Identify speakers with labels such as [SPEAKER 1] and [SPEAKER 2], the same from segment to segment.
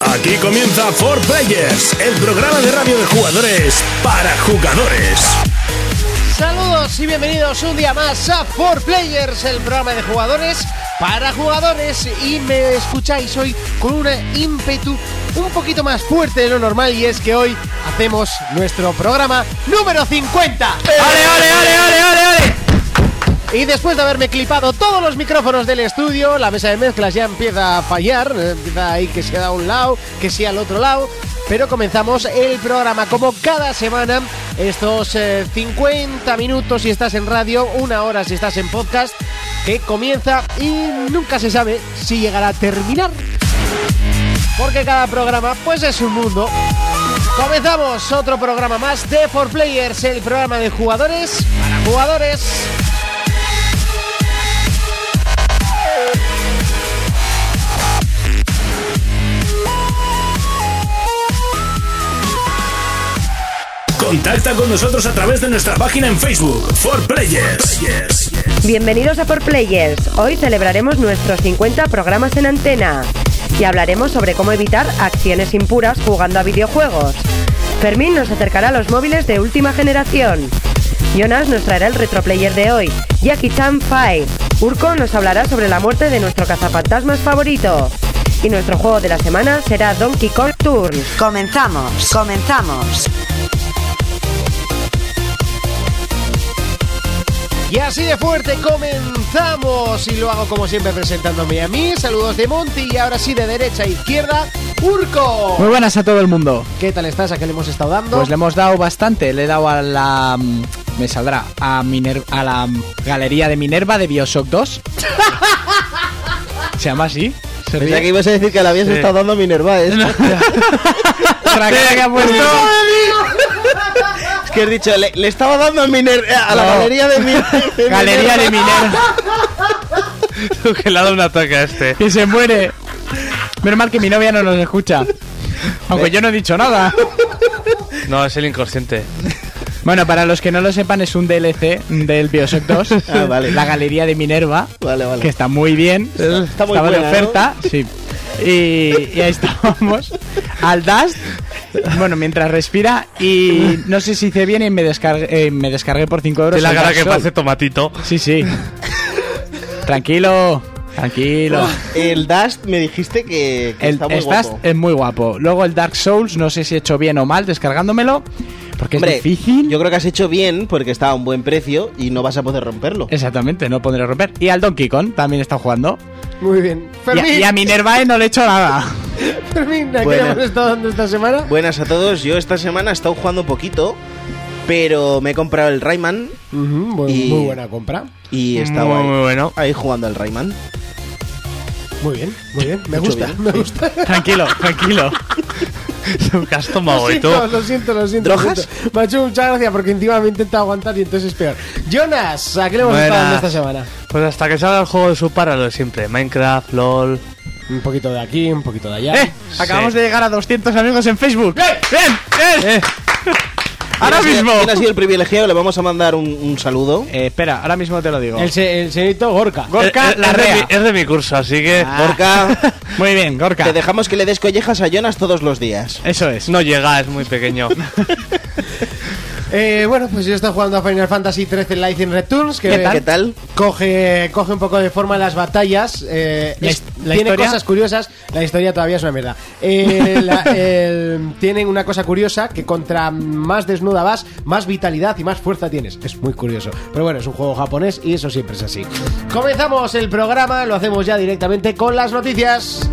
[SPEAKER 1] Aquí comienza For Players, el programa de radio de jugadores para jugadores.
[SPEAKER 2] Saludos y bienvenidos un día más a For Players, el programa de jugadores para jugadores. Y me escucháis hoy con un ímpetu un poquito más fuerte de lo normal y es que hoy hacemos nuestro programa número 50.
[SPEAKER 3] ¡Ale, ale, ale, ale, ale, ale!
[SPEAKER 2] Y después de haberme clipado todos los micrófonos del estudio, la mesa de mezclas ya empieza a fallar, eh, empieza ahí que sea a un lado, que sea al otro lado. Pero comenzamos el programa como cada semana, estos eh, 50 minutos si estás en radio, una hora si estás en podcast, que comienza y nunca se sabe si llegará a terminar. Porque cada programa pues es un mundo. Comenzamos otro programa más de 4Players, el programa de jugadores para jugadores.
[SPEAKER 1] Contacta con nosotros a través de nuestra página en Facebook, For Players.
[SPEAKER 4] Bienvenidos a Por Players. Hoy celebraremos nuestros 50 programas en antena y hablaremos sobre cómo evitar acciones impuras jugando a videojuegos. Fermín nos acercará a los móviles de última generación. Jonas nos traerá el retroplayer de hoy. Jackie Chan Fai. Urko nos hablará sobre la muerte de nuestro cazafantasmas favorito. Y nuestro juego de la semana será Donkey Kong Tour.
[SPEAKER 5] Comenzamos, comenzamos.
[SPEAKER 2] Y así de fuerte comenzamos y lo hago como siempre presentándome a mí. Saludos de Monty y ahora sí de derecha a izquierda, Urco.
[SPEAKER 3] Muy buenas a todo el mundo.
[SPEAKER 2] ¿Qué tal estás? ¿A qué le hemos estado dando?
[SPEAKER 3] Pues le hemos dado bastante. Le he dado a la. mm, Me saldrá. A, Miner- a la mm, galería de Minerva de Bioshock 2. ¿Se llama así? ¿Se
[SPEAKER 6] Pensaba que
[SPEAKER 3] ríe?
[SPEAKER 6] ibas a decir que la habías
[SPEAKER 3] Sí.
[SPEAKER 6] estado dando a Minerva, ¿eh?
[SPEAKER 3] Otra cara que ha puesto.
[SPEAKER 6] Es que has dicho, le, le estaba dando a Miner- eh, a la
[SPEAKER 3] No.
[SPEAKER 6] galería de, mi, de
[SPEAKER 3] Galería de Minerva.
[SPEAKER 7] que le ha dado un ataque a este.
[SPEAKER 3] Que se muere. Menos mal que mi novia no nos escucha. Aunque yo no he dicho nada.
[SPEAKER 7] No, es el inconsciente.
[SPEAKER 3] Bueno, para los que no lo sepan, es un DLC del Bioshock 2.
[SPEAKER 6] Ah, vale.
[SPEAKER 3] La galería de Minerva.
[SPEAKER 6] Vale, vale.
[SPEAKER 3] Que está muy bien.
[SPEAKER 6] está muy
[SPEAKER 3] Estaba de
[SPEAKER 6] buena,
[SPEAKER 3] oferta, sí. Y, y ahí estábamos. Al Dust. Bueno, mientras respira. Y no sé si hice bien y me descargué, eh, me descargué por 5 euros.
[SPEAKER 7] Es la
[SPEAKER 3] el
[SPEAKER 7] cara
[SPEAKER 3] Dark
[SPEAKER 7] que
[SPEAKER 3] Souls.
[SPEAKER 7] pase tomatito.
[SPEAKER 3] Sí, sí. Tranquilo. Tranquilo.
[SPEAKER 6] El Dust me dijiste este que,
[SPEAKER 3] El
[SPEAKER 6] que
[SPEAKER 3] eh,
[SPEAKER 6] está muy
[SPEAKER 3] Stast
[SPEAKER 6] guapo.
[SPEAKER 3] es muy guapo. Luego el Dark Souls, no sé si he hecho bien o mal descargándomelo. Porque
[SPEAKER 6] Hombre,
[SPEAKER 3] es difícil.
[SPEAKER 6] yo creo que has hecho bien porque está a un buen precio y no vas a poder romperlo.
[SPEAKER 3] Exactamente, no podré romper. Y al Donkey Kong también está jugando.
[SPEAKER 2] Muy bien.
[SPEAKER 3] Y a,
[SPEAKER 2] Fermín,
[SPEAKER 3] y a Minervae no le he hecho nada.
[SPEAKER 2] Fermín, ¿a qué le
[SPEAKER 6] Buena.
[SPEAKER 2] hemos estado dando esta semana?
[SPEAKER 6] Buenas a todos, yo esta semana he estado jugando poquito, pero me he comprado el Rayman
[SPEAKER 2] Ujú, bu-
[SPEAKER 6] Y-
[SPEAKER 2] Muy buena compra.
[SPEAKER 6] y está
[SPEAKER 7] Muy,
[SPEAKER 6] guay.
[SPEAKER 7] muy bueno.
[SPEAKER 6] Ahí jugando al Rayman.
[SPEAKER 2] Muy bien, muy bien. Me
[SPEAKER 6] Mucho
[SPEAKER 2] gusta,
[SPEAKER 6] bien.
[SPEAKER 2] me gusta.
[SPEAKER 3] tranquilo, tranquilo.
[SPEAKER 7] ¿Qué has tomado
[SPEAKER 2] Lo
[SPEAKER 7] hoy tú?
[SPEAKER 2] siento, lo siento, lo siento. lo
[SPEAKER 6] ¿Drogas?
[SPEAKER 2] siento. Me ha hecho mucha gracia porque encima me he intentado aguantar y entonces es peor. Jonas, ¿a qué le hemos estado dando
[SPEAKER 7] Buenas.
[SPEAKER 2] esta semana?
[SPEAKER 7] Pues hasta que salga el juego de su para lo de siempre. Minecraft, LOL.
[SPEAKER 2] Un poquito de aquí, un poquito de allá.
[SPEAKER 3] Eh, Acabamos
[SPEAKER 7] Sí.
[SPEAKER 3] de llegar a 200 amigos en Facebook. ¡Bien! ¡Bien!
[SPEAKER 7] Eh.
[SPEAKER 3] ¡Bien! Ahora
[SPEAKER 6] ¿Quién ha sido-
[SPEAKER 3] mismo.
[SPEAKER 6] ¿Quién ha sido el privilegiado? Le vamos a mandar un, un saludo.
[SPEAKER 3] Eh, espera, ahora mismo te lo digo.
[SPEAKER 2] El, se- el señorito Gorka.
[SPEAKER 3] Gorka Ah.
[SPEAKER 7] es, es- es de
[SPEAKER 3] Larrea.
[SPEAKER 7] mi, es de mi curso, así que
[SPEAKER 6] Gorka,
[SPEAKER 3] Muy bien, Gorka.
[SPEAKER 6] te dejamos Ah. que le des collejas a Jonas todos los días.
[SPEAKER 3] Eso es.
[SPEAKER 7] no llega, es muy pequeño.
[SPEAKER 2] Eh, bueno, pues yo estoy jugando a Final Fantasy XIII Light in Returns. Que
[SPEAKER 6] ¿Qué tal? ¿Qué tal?
[SPEAKER 2] Coge, coge un poco de forma las batallas. eh,
[SPEAKER 3] La
[SPEAKER 2] es-
[SPEAKER 3] his- la
[SPEAKER 2] tiene
[SPEAKER 3] historia-
[SPEAKER 2] cosas curiosas. La historia todavía es una mierda. Eh, la- el- tienen una cosa curiosa que contra más desnuda vas, más vitalidad y más fuerza tienes. Es muy curioso. Pero bueno, es un juego japonés y eso siempre es así. Comenzamos el programa, lo hacemos ya directamente con las noticias.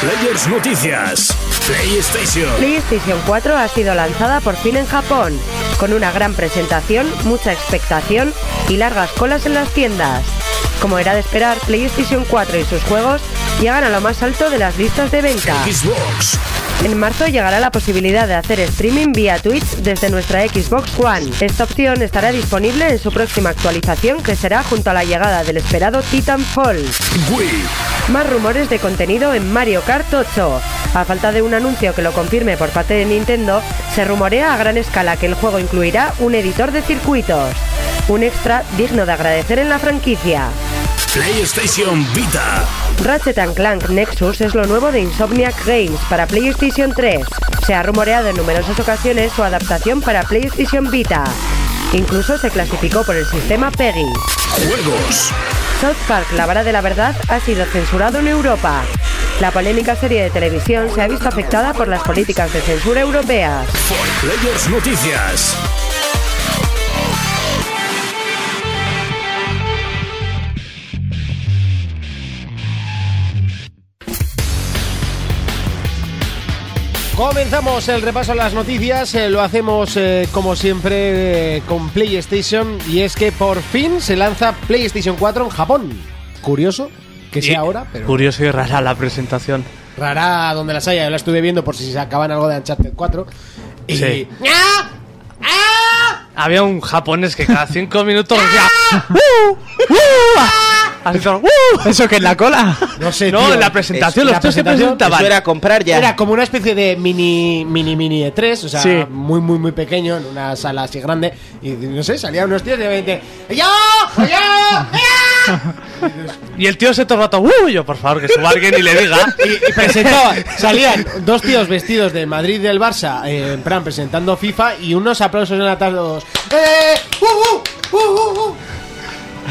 [SPEAKER 1] Players Noticias, PlayStation,
[SPEAKER 4] PlayStation 4 ha sido lanzada por fin en Japón, con una gran presentación, mucha expectación y largas colas en las tiendas. Como era de esperar, PlayStation 4 y sus juegos llegan a lo más alto de las listas de venta.
[SPEAKER 1] Xbox,
[SPEAKER 4] En marzo llegará la posibilidad de hacer streaming vía Twitch desde nuestra Xbox One. Esta opción estará disponible en su próxima actualización que será junto a la llegada del esperado Titanfall.
[SPEAKER 1] Wii,
[SPEAKER 4] Más rumores de contenido en Mario Kart 8. A falta de un anuncio que lo confirme por parte de Nintendo, se rumorea a gran escala que el juego incluirá un editor de circuitos. un extra digno de agradecer en la franquicia.
[SPEAKER 1] PlayStation Vita.
[SPEAKER 4] Ratchet and Clank Nexus es lo nuevo de Insomniac Games para PlayStation 3. Se ha rumoreado en numerosas ocasiones su adaptación para PlayStation Vita. Incluso se clasificó por el sistema PEGI.
[SPEAKER 1] Juegos.
[SPEAKER 4] South Park, la vara de la verdad, ha sido censurado en Europa. La polémica serie de televisión se ha visto afectada por las políticas de censura europeas.
[SPEAKER 1] Players Noticias.
[SPEAKER 2] Comenzamos el repaso a las noticias, eh, lo hacemos eh, como siempre eh, con PlayStation y es que por fin se lanza PlayStation 4 en Japón. Curioso que sea
[SPEAKER 7] Y-
[SPEAKER 2] ahora, pero
[SPEAKER 7] Curioso y rara la presentación.
[SPEAKER 2] rara donde las haya, yo la estuve viendo por si se acaban algo de Uncharted 4. Y
[SPEAKER 7] Sí.
[SPEAKER 2] ¡Ah! ¡Ah!
[SPEAKER 7] Había un japonés que cada cinco minutos ya. ¡Uh! Hacía-
[SPEAKER 3] ¿Eso que es la cola?
[SPEAKER 2] No sé,
[SPEAKER 7] No,
[SPEAKER 2] tío.
[SPEAKER 7] en la presentación,
[SPEAKER 2] Es-
[SPEAKER 7] los
[SPEAKER 2] la
[SPEAKER 7] tíos se
[SPEAKER 2] presentación
[SPEAKER 7] presentaban.
[SPEAKER 6] Eso era comprar ya.
[SPEAKER 2] Era como una especie de mini, mini, mini E3, o sea,
[SPEAKER 3] Sí.
[SPEAKER 2] muy, muy, muy pequeño, en una sala así grande. Y no sé, salían unos tíos de repente. ¡Ya! ¡Ya! ¡Ya!
[SPEAKER 7] Y el tío se todo el rato, "Uh", yo, por favor, que suba alguien y le diga.
[SPEAKER 2] Y presentaban, salían dos tíos vestidos de Madrid y del Barça, eh, en plan, presentando FIFA y unos aplausos enlatados. ¡Eh! ¡Uh, uh, uh, uh, uh!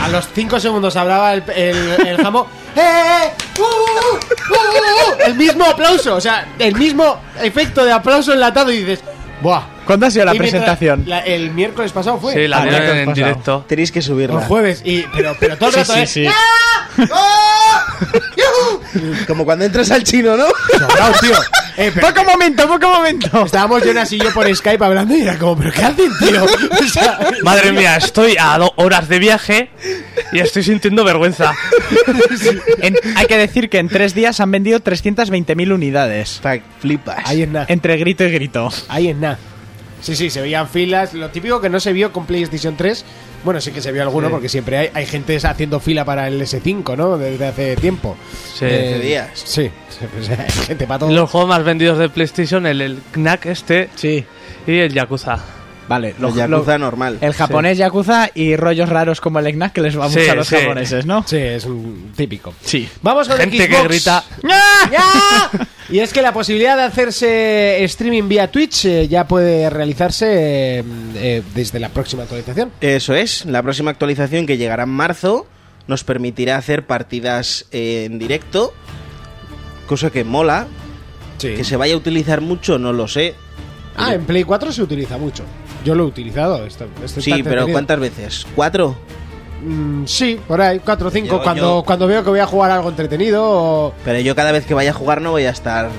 [SPEAKER 2] A los cinco segundos hablaba el, el, el jamo. ¡Eh! ¡Uh, uh, uh, uh! El mismo aplauso, o sea, el mismo efecto de aplauso enlatado y dices, ¡buah!
[SPEAKER 3] ¿Cuándo ha sido la
[SPEAKER 2] Y mientras-
[SPEAKER 3] presentación?
[SPEAKER 2] la- el miércoles pasado fue.
[SPEAKER 7] Sí, la
[SPEAKER 3] Ah, ya
[SPEAKER 7] dieron
[SPEAKER 3] te has
[SPEAKER 7] en
[SPEAKER 3] pasado.
[SPEAKER 7] directo.
[SPEAKER 6] Tenéis que
[SPEAKER 2] El
[SPEAKER 6] subirla.
[SPEAKER 2] jueves, y, pero, pero todo el
[SPEAKER 3] Sí,
[SPEAKER 2] rato,
[SPEAKER 3] sí,
[SPEAKER 2] ¿eh?
[SPEAKER 3] sí.
[SPEAKER 2] ¡Ah! ¡Ah! ¡Yujú!
[SPEAKER 6] Como cuando entras al chino, ¿no?
[SPEAKER 2] Sobrao, tío. Eh, pero-
[SPEAKER 3] ¡Poco momento, poco momento!
[SPEAKER 2] Estábamos Jonas y yo por Skype hablando y era como, ¿pero qué hacen, tío? O sea,
[SPEAKER 7] Madre mía, estoy a do- horas de viaje y estoy sintiendo vergüenza.
[SPEAKER 3] En- hay que decir que en tres días han vendido 320.000 unidades.
[SPEAKER 6] Fuck, flipas.
[SPEAKER 2] Ahí es nada.
[SPEAKER 3] Entre grito y grito.
[SPEAKER 2] Ahí es nada. Sí, sí, se veían filas. Lo típico que no se vio con PlayStation 3. Bueno, sí que se vio alguno porque siempre hay, hay gente haciendo fila para el S5, ¿no? Desde hace tiempo.
[SPEAKER 7] Sí.
[SPEAKER 2] Eh,
[SPEAKER 6] Hace días.
[SPEAKER 2] Sí, o sea, hay gente para todo.
[SPEAKER 7] Los juegos más vendidos de PlayStation, el, el Knack este
[SPEAKER 3] Sí.
[SPEAKER 7] y el Yakuza.
[SPEAKER 3] Vale,
[SPEAKER 6] Los Yakuza normal.
[SPEAKER 3] El japonés Yakuza y rollos raros como el Egnac que les va a
[SPEAKER 7] Sí,
[SPEAKER 3] gustar a los
[SPEAKER 7] sí.
[SPEAKER 3] japoneses, ¿no?
[SPEAKER 2] Sí, es un típico.
[SPEAKER 3] Sí.
[SPEAKER 2] Vamos con
[SPEAKER 7] Gente
[SPEAKER 2] Xbox.
[SPEAKER 7] que grita.
[SPEAKER 2] ¡Ya! ¡Ya! Y es que la posibilidad de hacerse streaming vía Twitch eh, ya puede realizarse eh, eh, desde la próxima actualización.
[SPEAKER 6] Eso es, la próxima actualización que llegará en marzo nos permitirá hacer partidas eh, en directo, cosa que mola,
[SPEAKER 2] Sí.
[SPEAKER 6] que se vaya a utilizar mucho, no lo sé.
[SPEAKER 2] Ah, en Play 4 se utiliza mucho. Yo lo he utilizado. Esto, esto está
[SPEAKER 6] Sí, pero
[SPEAKER 2] entretenido.
[SPEAKER 6] ¿cuántas veces? ¿Cuatro?
[SPEAKER 2] Mm, sí, por ahí, 4 o 5.
[SPEAKER 6] Yo-
[SPEAKER 2] Cuando,
[SPEAKER 6] yo-
[SPEAKER 2] cuando veo que voy a jugar algo entretenido o...
[SPEAKER 6] Pero yo cada vez que vaya a jugar no voy a estar...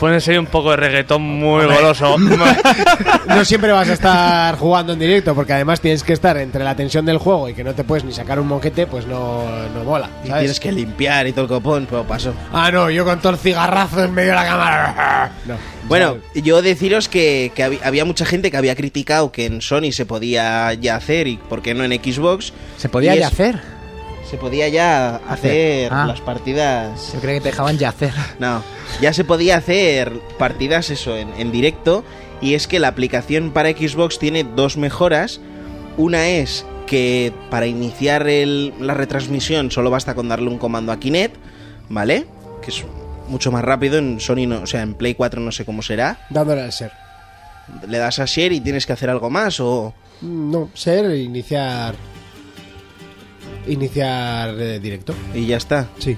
[SPEAKER 7] Pones ahí un poco de reggaetón muy goloso.
[SPEAKER 2] No siempre vas a estar jugando en directo porque además tienes que estar entre la tensión del juego y que no te puedes ni sacar un moquete, pues no, no mola.
[SPEAKER 6] Y
[SPEAKER 2] ¿sabes?
[SPEAKER 6] tienes que limpiar y todo el copón, pero paso.
[SPEAKER 2] Ah, no, yo con todo el cigarrazo en medio de la cámara. No,
[SPEAKER 6] Bueno,
[SPEAKER 2] ¿sabes?
[SPEAKER 6] yo deciros que, que hab- había mucha gente que había criticado que en Sony se podía ya hacer y por qué no en Xbox.
[SPEAKER 3] ¿Se podía
[SPEAKER 6] Y es-
[SPEAKER 3] yacer?
[SPEAKER 6] Se podía ya hacer
[SPEAKER 3] Ah.
[SPEAKER 6] las partidas
[SPEAKER 3] Yo creía que te dejaban yacer.
[SPEAKER 6] No, ya se podía hacer partidas eso en, en directo y es que la aplicación para Xbox tiene dos mejoras. Una es que para iniciar el- la retransmisión solo basta con darle un comando a Kinect, ¿vale? Que es mucho más rápido en Sony, no, o sea, en Play 4 no sé cómo será.
[SPEAKER 2] Dándole al ser.
[SPEAKER 6] Le das a share y tienes que hacer algo más o
[SPEAKER 2] Mm, No, ser, iniciar... Iniciar eh, directo.
[SPEAKER 6] y ya está.
[SPEAKER 2] Sí.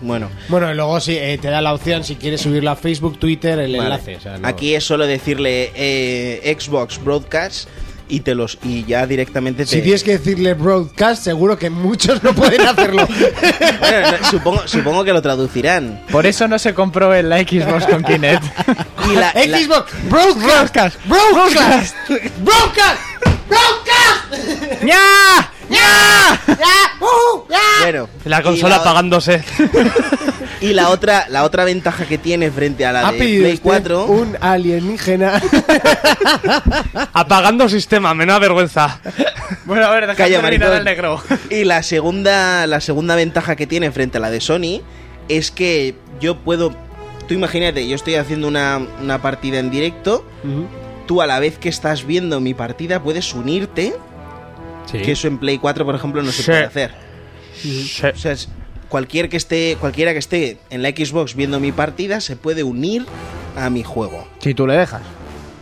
[SPEAKER 6] Bueno,
[SPEAKER 2] Bueno, y luego sí, eh, te da la opción si quieres subirlo a Facebook, Twitter, el
[SPEAKER 6] Vale.
[SPEAKER 2] enlace. o sea, no-
[SPEAKER 6] Aquí es solo decirle eh, Xbox Broadcast y te los y ya directamente te
[SPEAKER 2] Si tienes que decirle broadcast, seguro que muchos no pueden hacerlo.
[SPEAKER 6] Bueno, no, supongo, supongo que lo traducirán.
[SPEAKER 3] Por eso no se compró el la Xbox con Kinect.
[SPEAKER 6] Y la- la-
[SPEAKER 2] Xbox, broadcast, broadcast, broadcast, broadcast,
[SPEAKER 3] ¡Ya! ¡Ya!
[SPEAKER 2] ¡Ya! ¡Uh! ¡Ya!
[SPEAKER 6] bueno,
[SPEAKER 7] La
[SPEAKER 6] y
[SPEAKER 7] consola
[SPEAKER 6] la-
[SPEAKER 7] apagándose.
[SPEAKER 6] Y la otra, la otra ventaja que tiene frente a la
[SPEAKER 2] Ha
[SPEAKER 6] de
[SPEAKER 2] pedido
[SPEAKER 6] Play
[SPEAKER 2] usted
[SPEAKER 6] 4.
[SPEAKER 2] un alienígena.
[SPEAKER 7] Apagando sistema, me da vergüenza.
[SPEAKER 3] Bueno, a ver, déjame
[SPEAKER 6] Calla,
[SPEAKER 3] terminar
[SPEAKER 6] maricón.
[SPEAKER 3] al negro.
[SPEAKER 6] Y la segunda, la segunda ventaja que tiene frente a la de Sony es que yo puedo. Tú imagínate, yo estoy haciendo una, una partida en directo. Tú a la vez que estás viendo mi partida puedes unirte
[SPEAKER 8] Sí.
[SPEAKER 6] Que eso en Play 4, por ejemplo, no se
[SPEAKER 7] Sí.
[SPEAKER 6] puede hacer.
[SPEAKER 7] Sí.
[SPEAKER 6] O sea, es- cualquier que esté, cualquiera que esté en la Xbox viendo mi partida se puede unir a mi juego.
[SPEAKER 2] Si tú le dejas.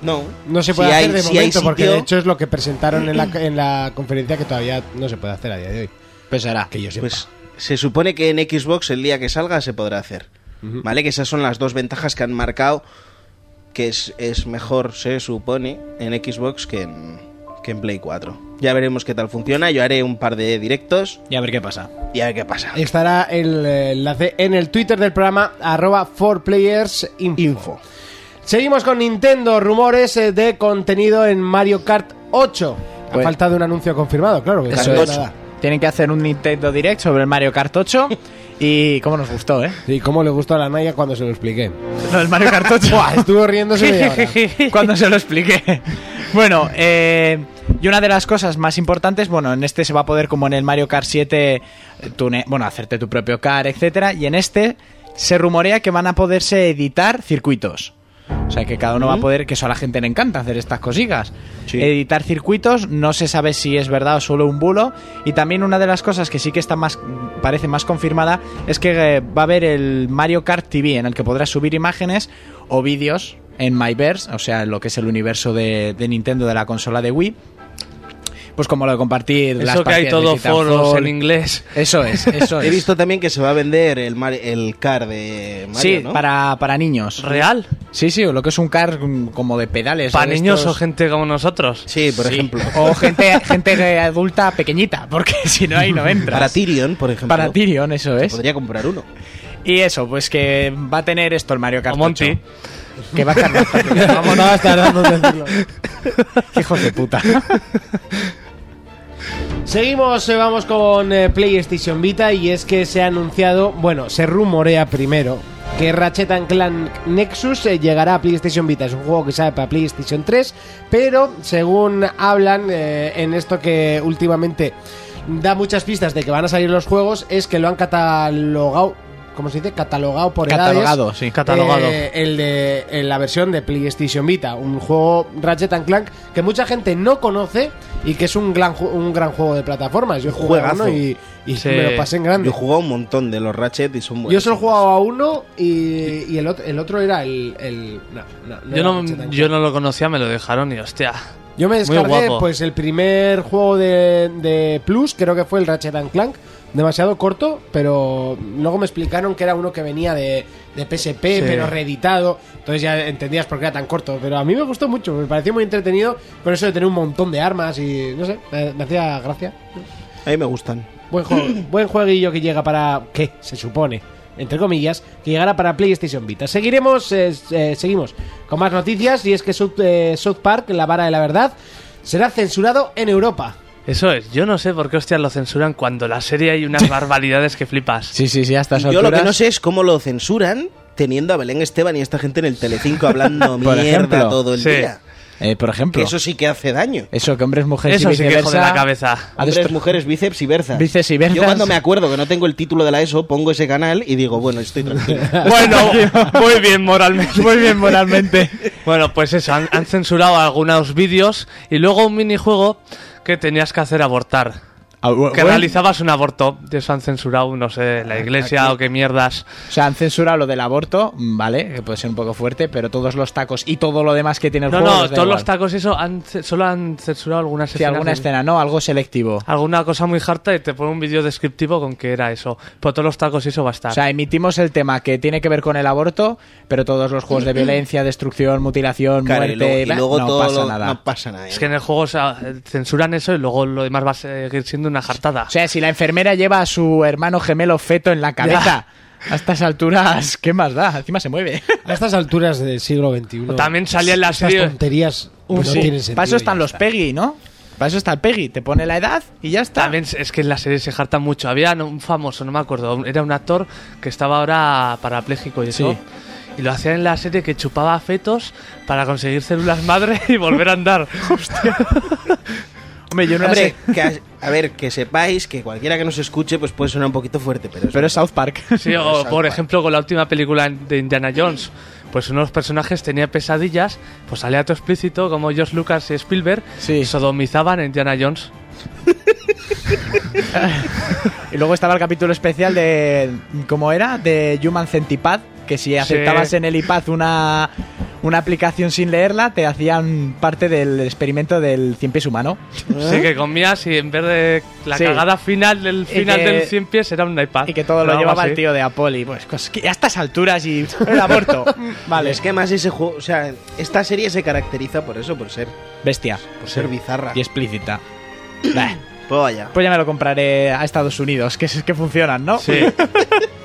[SPEAKER 6] No,
[SPEAKER 2] No se
[SPEAKER 6] Si
[SPEAKER 2] puede hacer
[SPEAKER 6] hay-
[SPEAKER 2] de
[SPEAKER 6] si hay
[SPEAKER 2] momento, porque
[SPEAKER 6] sitio-
[SPEAKER 2] de hecho es lo que presentaron en la, en la conferencia que todavía no se puede hacer a día de hoy. Pesará. Que yo sepa.
[SPEAKER 6] Pues se supone que en Xbox el día que salga se podrá hacer. ¿Vale? Que esas son las dos ventajas que han marcado. Que es, es mejor, se supone, en Xbox que en, que en Play 4. Ya veremos qué tal funciona. Yo haré un par de directos
[SPEAKER 3] Y a ver qué pasa.
[SPEAKER 6] y a ver qué pasa.
[SPEAKER 2] Estará el eh, enlace en el Twitter del programa arroba 4playersinfo. Seguimos con Nintendo, rumores eh, de contenido en Mario Kart 8. Ha
[SPEAKER 3] Pues-
[SPEAKER 2] faltado un anuncio confirmado, claro. que
[SPEAKER 3] Eso
[SPEAKER 2] no
[SPEAKER 3] es.
[SPEAKER 2] nada.
[SPEAKER 3] Tienen que hacer un Nintendo Direct sobre el Mario Kart 8. Y cómo nos gustó, ¿eh?
[SPEAKER 2] Y cómo le gustó a la Naya cuando se lo expliqué.
[SPEAKER 3] Lo del Mario Kart 8.
[SPEAKER 2] Buah, estuvo riéndose media hora.
[SPEAKER 3] cuando se lo expliqué. Bueno, eh, y una de las cosas más importantes, bueno, en este se va a poder, como en el Mario Kart 7, tune- bueno, hacerte tu propio car, etcétera, y en este se rumorea que van a poderse editar circuitos. O sea, que cada uno va a poder, que eso a la gente le encanta hacer estas cosigas. Editar circuitos, no se sabe si es verdad o solo un bulo. Y también una de las cosas que sí que está más, parece más confirmada, es que eh, va a haber el Mario Kart TV, en el que podrás subir imágenes o vídeos en Myverse, o sea, lo que es el universo de, de Nintendo de la consola de Wii. Pues como lo de compartir las
[SPEAKER 7] Eso que hay
[SPEAKER 3] partidas de
[SPEAKER 7] todo
[SPEAKER 3] Titanfall.
[SPEAKER 7] foros en inglés.
[SPEAKER 3] Eso es, eso es.
[SPEAKER 6] He visto también que se va a vender el, Mar- el car de Mario,
[SPEAKER 3] sí,
[SPEAKER 6] ¿no?
[SPEAKER 3] para, para niños.
[SPEAKER 7] ¿Real?
[SPEAKER 3] Sí, sí, o lo que es un car mm, como de pedales.
[SPEAKER 7] ¿Para
[SPEAKER 3] de
[SPEAKER 7] niños
[SPEAKER 3] estos-
[SPEAKER 7] o gente como nosotros?
[SPEAKER 6] Sí, por ejemplo.
[SPEAKER 3] O gente, gente adulta pequeñita, porque si no ahí no entras.
[SPEAKER 6] Para Tyrion, por ejemplo.
[SPEAKER 3] Para Tyrion, eso
[SPEAKER 6] Se
[SPEAKER 3] es.
[SPEAKER 6] Podría comprar uno.
[SPEAKER 3] Y eso, pues que va a tener esto el Mario Kart
[SPEAKER 7] O Monty.
[SPEAKER 3] 8, Que va a estar bastante- Vamos,
[SPEAKER 2] Estabas tardando en decirlo.
[SPEAKER 3] hijos de puta.
[SPEAKER 2] Seguimos, eh, vamos con eh, PlayStation Vita y es que se ha anunciado, bueno, se rumorea primero que Ratchet and Clank Nexus eh, llegará a PlayStation Vita. Es un juego que sale para PlayStation 3, pero según hablan eh, en esto que últimamente da muchas pistas de que van a salir los juegos, es que lo han catalogado, ¿cómo se dice? Catalogado por edades.
[SPEAKER 3] Catalogado, sí.
[SPEAKER 7] Catalogado.
[SPEAKER 2] Eh, el de en la versión de PlayStation Vita, un juego Ratchet and Clank que mucha gente no conoce y que es un gran, ju- un gran juego de plataformas. Yo he jugado a
[SPEAKER 6] Juegazo.
[SPEAKER 2] uno y, y
[SPEAKER 7] Sí.
[SPEAKER 2] me lo pasé en grande.
[SPEAKER 6] Yo he jugado un montón de los Ratchet y son buenos.
[SPEAKER 2] Yo solo he jugado a uno y, y el, otro, el otro era el. el- no, no, no
[SPEAKER 7] Yo
[SPEAKER 2] era
[SPEAKER 7] no,
[SPEAKER 2] Ratchet and
[SPEAKER 7] yo
[SPEAKER 2] Clank.
[SPEAKER 7] no lo conocía, me lo dejaron y hostia.
[SPEAKER 2] Yo me descargué
[SPEAKER 7] guapo.
[SPEAKER 2] pues el primer juego de, de Plus, creo que fue el Ratchet and Clank. Demasiado corto, pero luego me explicaron que era uno que venía de, de PSP, pero reeditado. Entonces ya entendías por qué era tan corto. Pero a mí me gustó mucho, me pareció muy entretenido. Con eso de tener un montón de armas y no sé, me, me hacía gracia.
[SPEAKER 6] A mí me gustan.
[SPEAKER 2] Buen, juego, buen jueguillo que llega para. ¿Qué? Se supone, entre comillas, que llegará para PlayStation Vita. Seguiremos, eh, eh, seguimos con más noticias. Y es que South, eh, South Park, La Vara de la Verdad, será censurado en Europa.
[SPEAKER 7] Eso es, yo no sé por qué hostias lo censuran cuando la serie hay unas barbaridades que flipas.
[SPEAKER 3] Sí, sí, sí, hasta
[SPEAKER 6] Y
[SPEAKER 3] estas
[SPEAKER 6] Yo lo que
[SPEAKER 3] alturas-
[SPEAKER 6] no sé es cómo lo censuran teniendo a Belén Esteban y esta gente en el Telecinco hablando
[SPEAKER 3] Por
[SPEAKER 6] mierda
[SPEAKER 3] ejemplo.
[SPEAKER 6] todo el
[SPEAKER 7] Sí.
[SPEAKER 6] día.
[SPEAKER 3] Eh, por ejemplo,
[SPEAKER 6] Que eso sí que hace daño.
[SPEAKER 3] eso que hombres, mujeres
[SPEAKER 7] Eso
[SPEAKER 3] y
[SPEAKER 7] sí que
[SPEAKER 3] viceversa.
[SPEAKER 7] jode la cabeza.
[SPEAKER 3] ha
[SPEAKER 6] Hombres,
[SPEAKER 3] destro-
[SPEAKER 6] mujeres, bíceps y berzas.
[SPEAKER 3] Bíceps y berzas.
[SPEAKER 6] Yo cuando me acuerdo que no tengo el título de la ESO, pongo ese canal y digo, bueno, estoy tranquilo.
[SPEAKER 7] Bueno, muy bien moralmente.
[SPEAKER 3] Muy bien moralmente.
[SPEAKER 7] Bueno, pues eso, han, han censurado algunos vídeos y luego un minijuego que tenías que hacer abortar.
[SPEAKER 3] Ah, bu-
[SPEAKER 7] Que
[SPEAKER 3] bueno,
[SPEAKER 7] realizabas un aborto. De eso han censurado, no sé, la iglesia o qué mierdas.
[SPEAKER 3] O sea, han censurado lo del aborto, mm, vale, que puede ser un poco fuerte, pero todos los tacos y todo lo demás que tiene el
[SPEAKER 7] No,
[SPEAKER 3] juego.
[SPEAKER 7] no,
[SPEAKER 3] les da
[SPEAKER 7] todos los
[SPEAKER 3] igual.
[SPEAKER 7] tacos y eso han, ce- solo han censurado algunas
[SPEAKER 3] Sí, alguna
[SPEAKER 7] Este de-
[SPEAKER 3] escena, ¿no? Algo selectivo.
[SPEAKER 7] Alguna cosa muy harta y te pone un vídeo descriptivo con que era eso. Por todos los tacos y eso va a estar.
[SPEAKER 3] O sea, emitimos el tema que tiene que ver con el aborto, pero todos los juegos de violencia, destrucción, mutilación,
[SPEAKER 6] Claro, y luego,
[SPEAKER 3] muerte,
[SPEAKER 6] y luego
[SPEAKER 3] no
[SPEAKER 6] todo
[SPEAKER 3] pasa
[SPEAKER 6] lo-
[SPEAKER 3] nada.
[SPEAKER 6] no pasa nada.
[SPEAKER 7] es que en el juego o sea, censuran eso y luego lo demás va a seguir siendo una jartada.
[SPEAKER 3] O sea, si la enfermera lleva a su hermano gemelo feto en la cabeza, a estas alturas, ¿qué más da? Encima se mueve.
[SPEAKER 2] A estas alturas del siglo XXI.
[SPEAKER 7] También salía en la
[SPEAKER 2] estas
[SPEAKER 7] serie-
[SPEAKER 2] tonterías no
[SPEAKER 3] Pues Sí.
[SPEAKER 2] tienen sentido.
[SPEAKER 3] Para eso están
[SPEAKER 2] ya
[SPEAKER 3] los
[SPEAKER 2] está.
[SPEAKER 3] Peggy, ¿no? Para eso está el Peggy, te pone la edad y ya está.
[SPEAKER 7] También es que en la serie se jartan mucho. Había un famoso, no me acuerdo, era un actor que estaba ahora parapléjico y eso.
[SPEAKER 3] Sí.
[SPEAKER 7] Y lo hacía en la serie que chupaba fetos para conseguir células madre y volver a andar.
[SPEAKER 3] Hombre, yo no la
[SPEAKER 6] Hombre,
[SPEAKER 3] sé,
[SPEAKER 6] que a, a ver, que sepáis que cualquiera que nos escuche, pues puede sonar un poquito fuerte, pero es
[SPEAKER 3] Pero es South Park.
[SPEAKER 7] Sí, o por ejemplo con la última película de Indiana Jones, pues uno de los personajes tenía pesadillas, pues aleato explícito, como George Lucas y Spielberg
[SPEAKER 3] Sí.
[SPEAKER 7] sodomizaban a Indiana Jones.
[SPEAKER 3] Y luego estaba el capítulo especial de. ¿Cómo era? De Human Centipad. Que si aceptabas en el iPad una, una aplicación sin leerla, te hacían parte del experimento del cien pies humano.
[SPEAKER 7] Sí, que comías y en vez de la
[SPEAKER 3] ¿Eh? Sí.
[SPEAKER 7] cagada final del final
[SPEAKER 3] que-
[SPEAKER 7] del 100 pies era un iPad.
[SPEAKER 3] Y que todo
[SPEAKER 7] Pero
[SPEAKER 3] lo
[SPEAKER 7] algo
[SPEAKER 3] llevaba el
[SPEAKER 7] así.
[SPEAKER 3] tío de Apoli. Pues cosas que a estas alturas y. El aborto. vale,
[SPEAKER 6] Es que más ese juego, o sea, esta serie se caracteriza por eso, por ser,
[SPEAKER 3] bestia.
[SPEAKER 6] por ser bizarra.
[SPEAKER 3] Y explícita. Bah,
[SPEAKER 6] Pues vaya.
[SPEAKER 3] pues ya me lo compraré a Estados Unidos, que es que funcionan, ¿no?
[SPEAKER 7] Sí.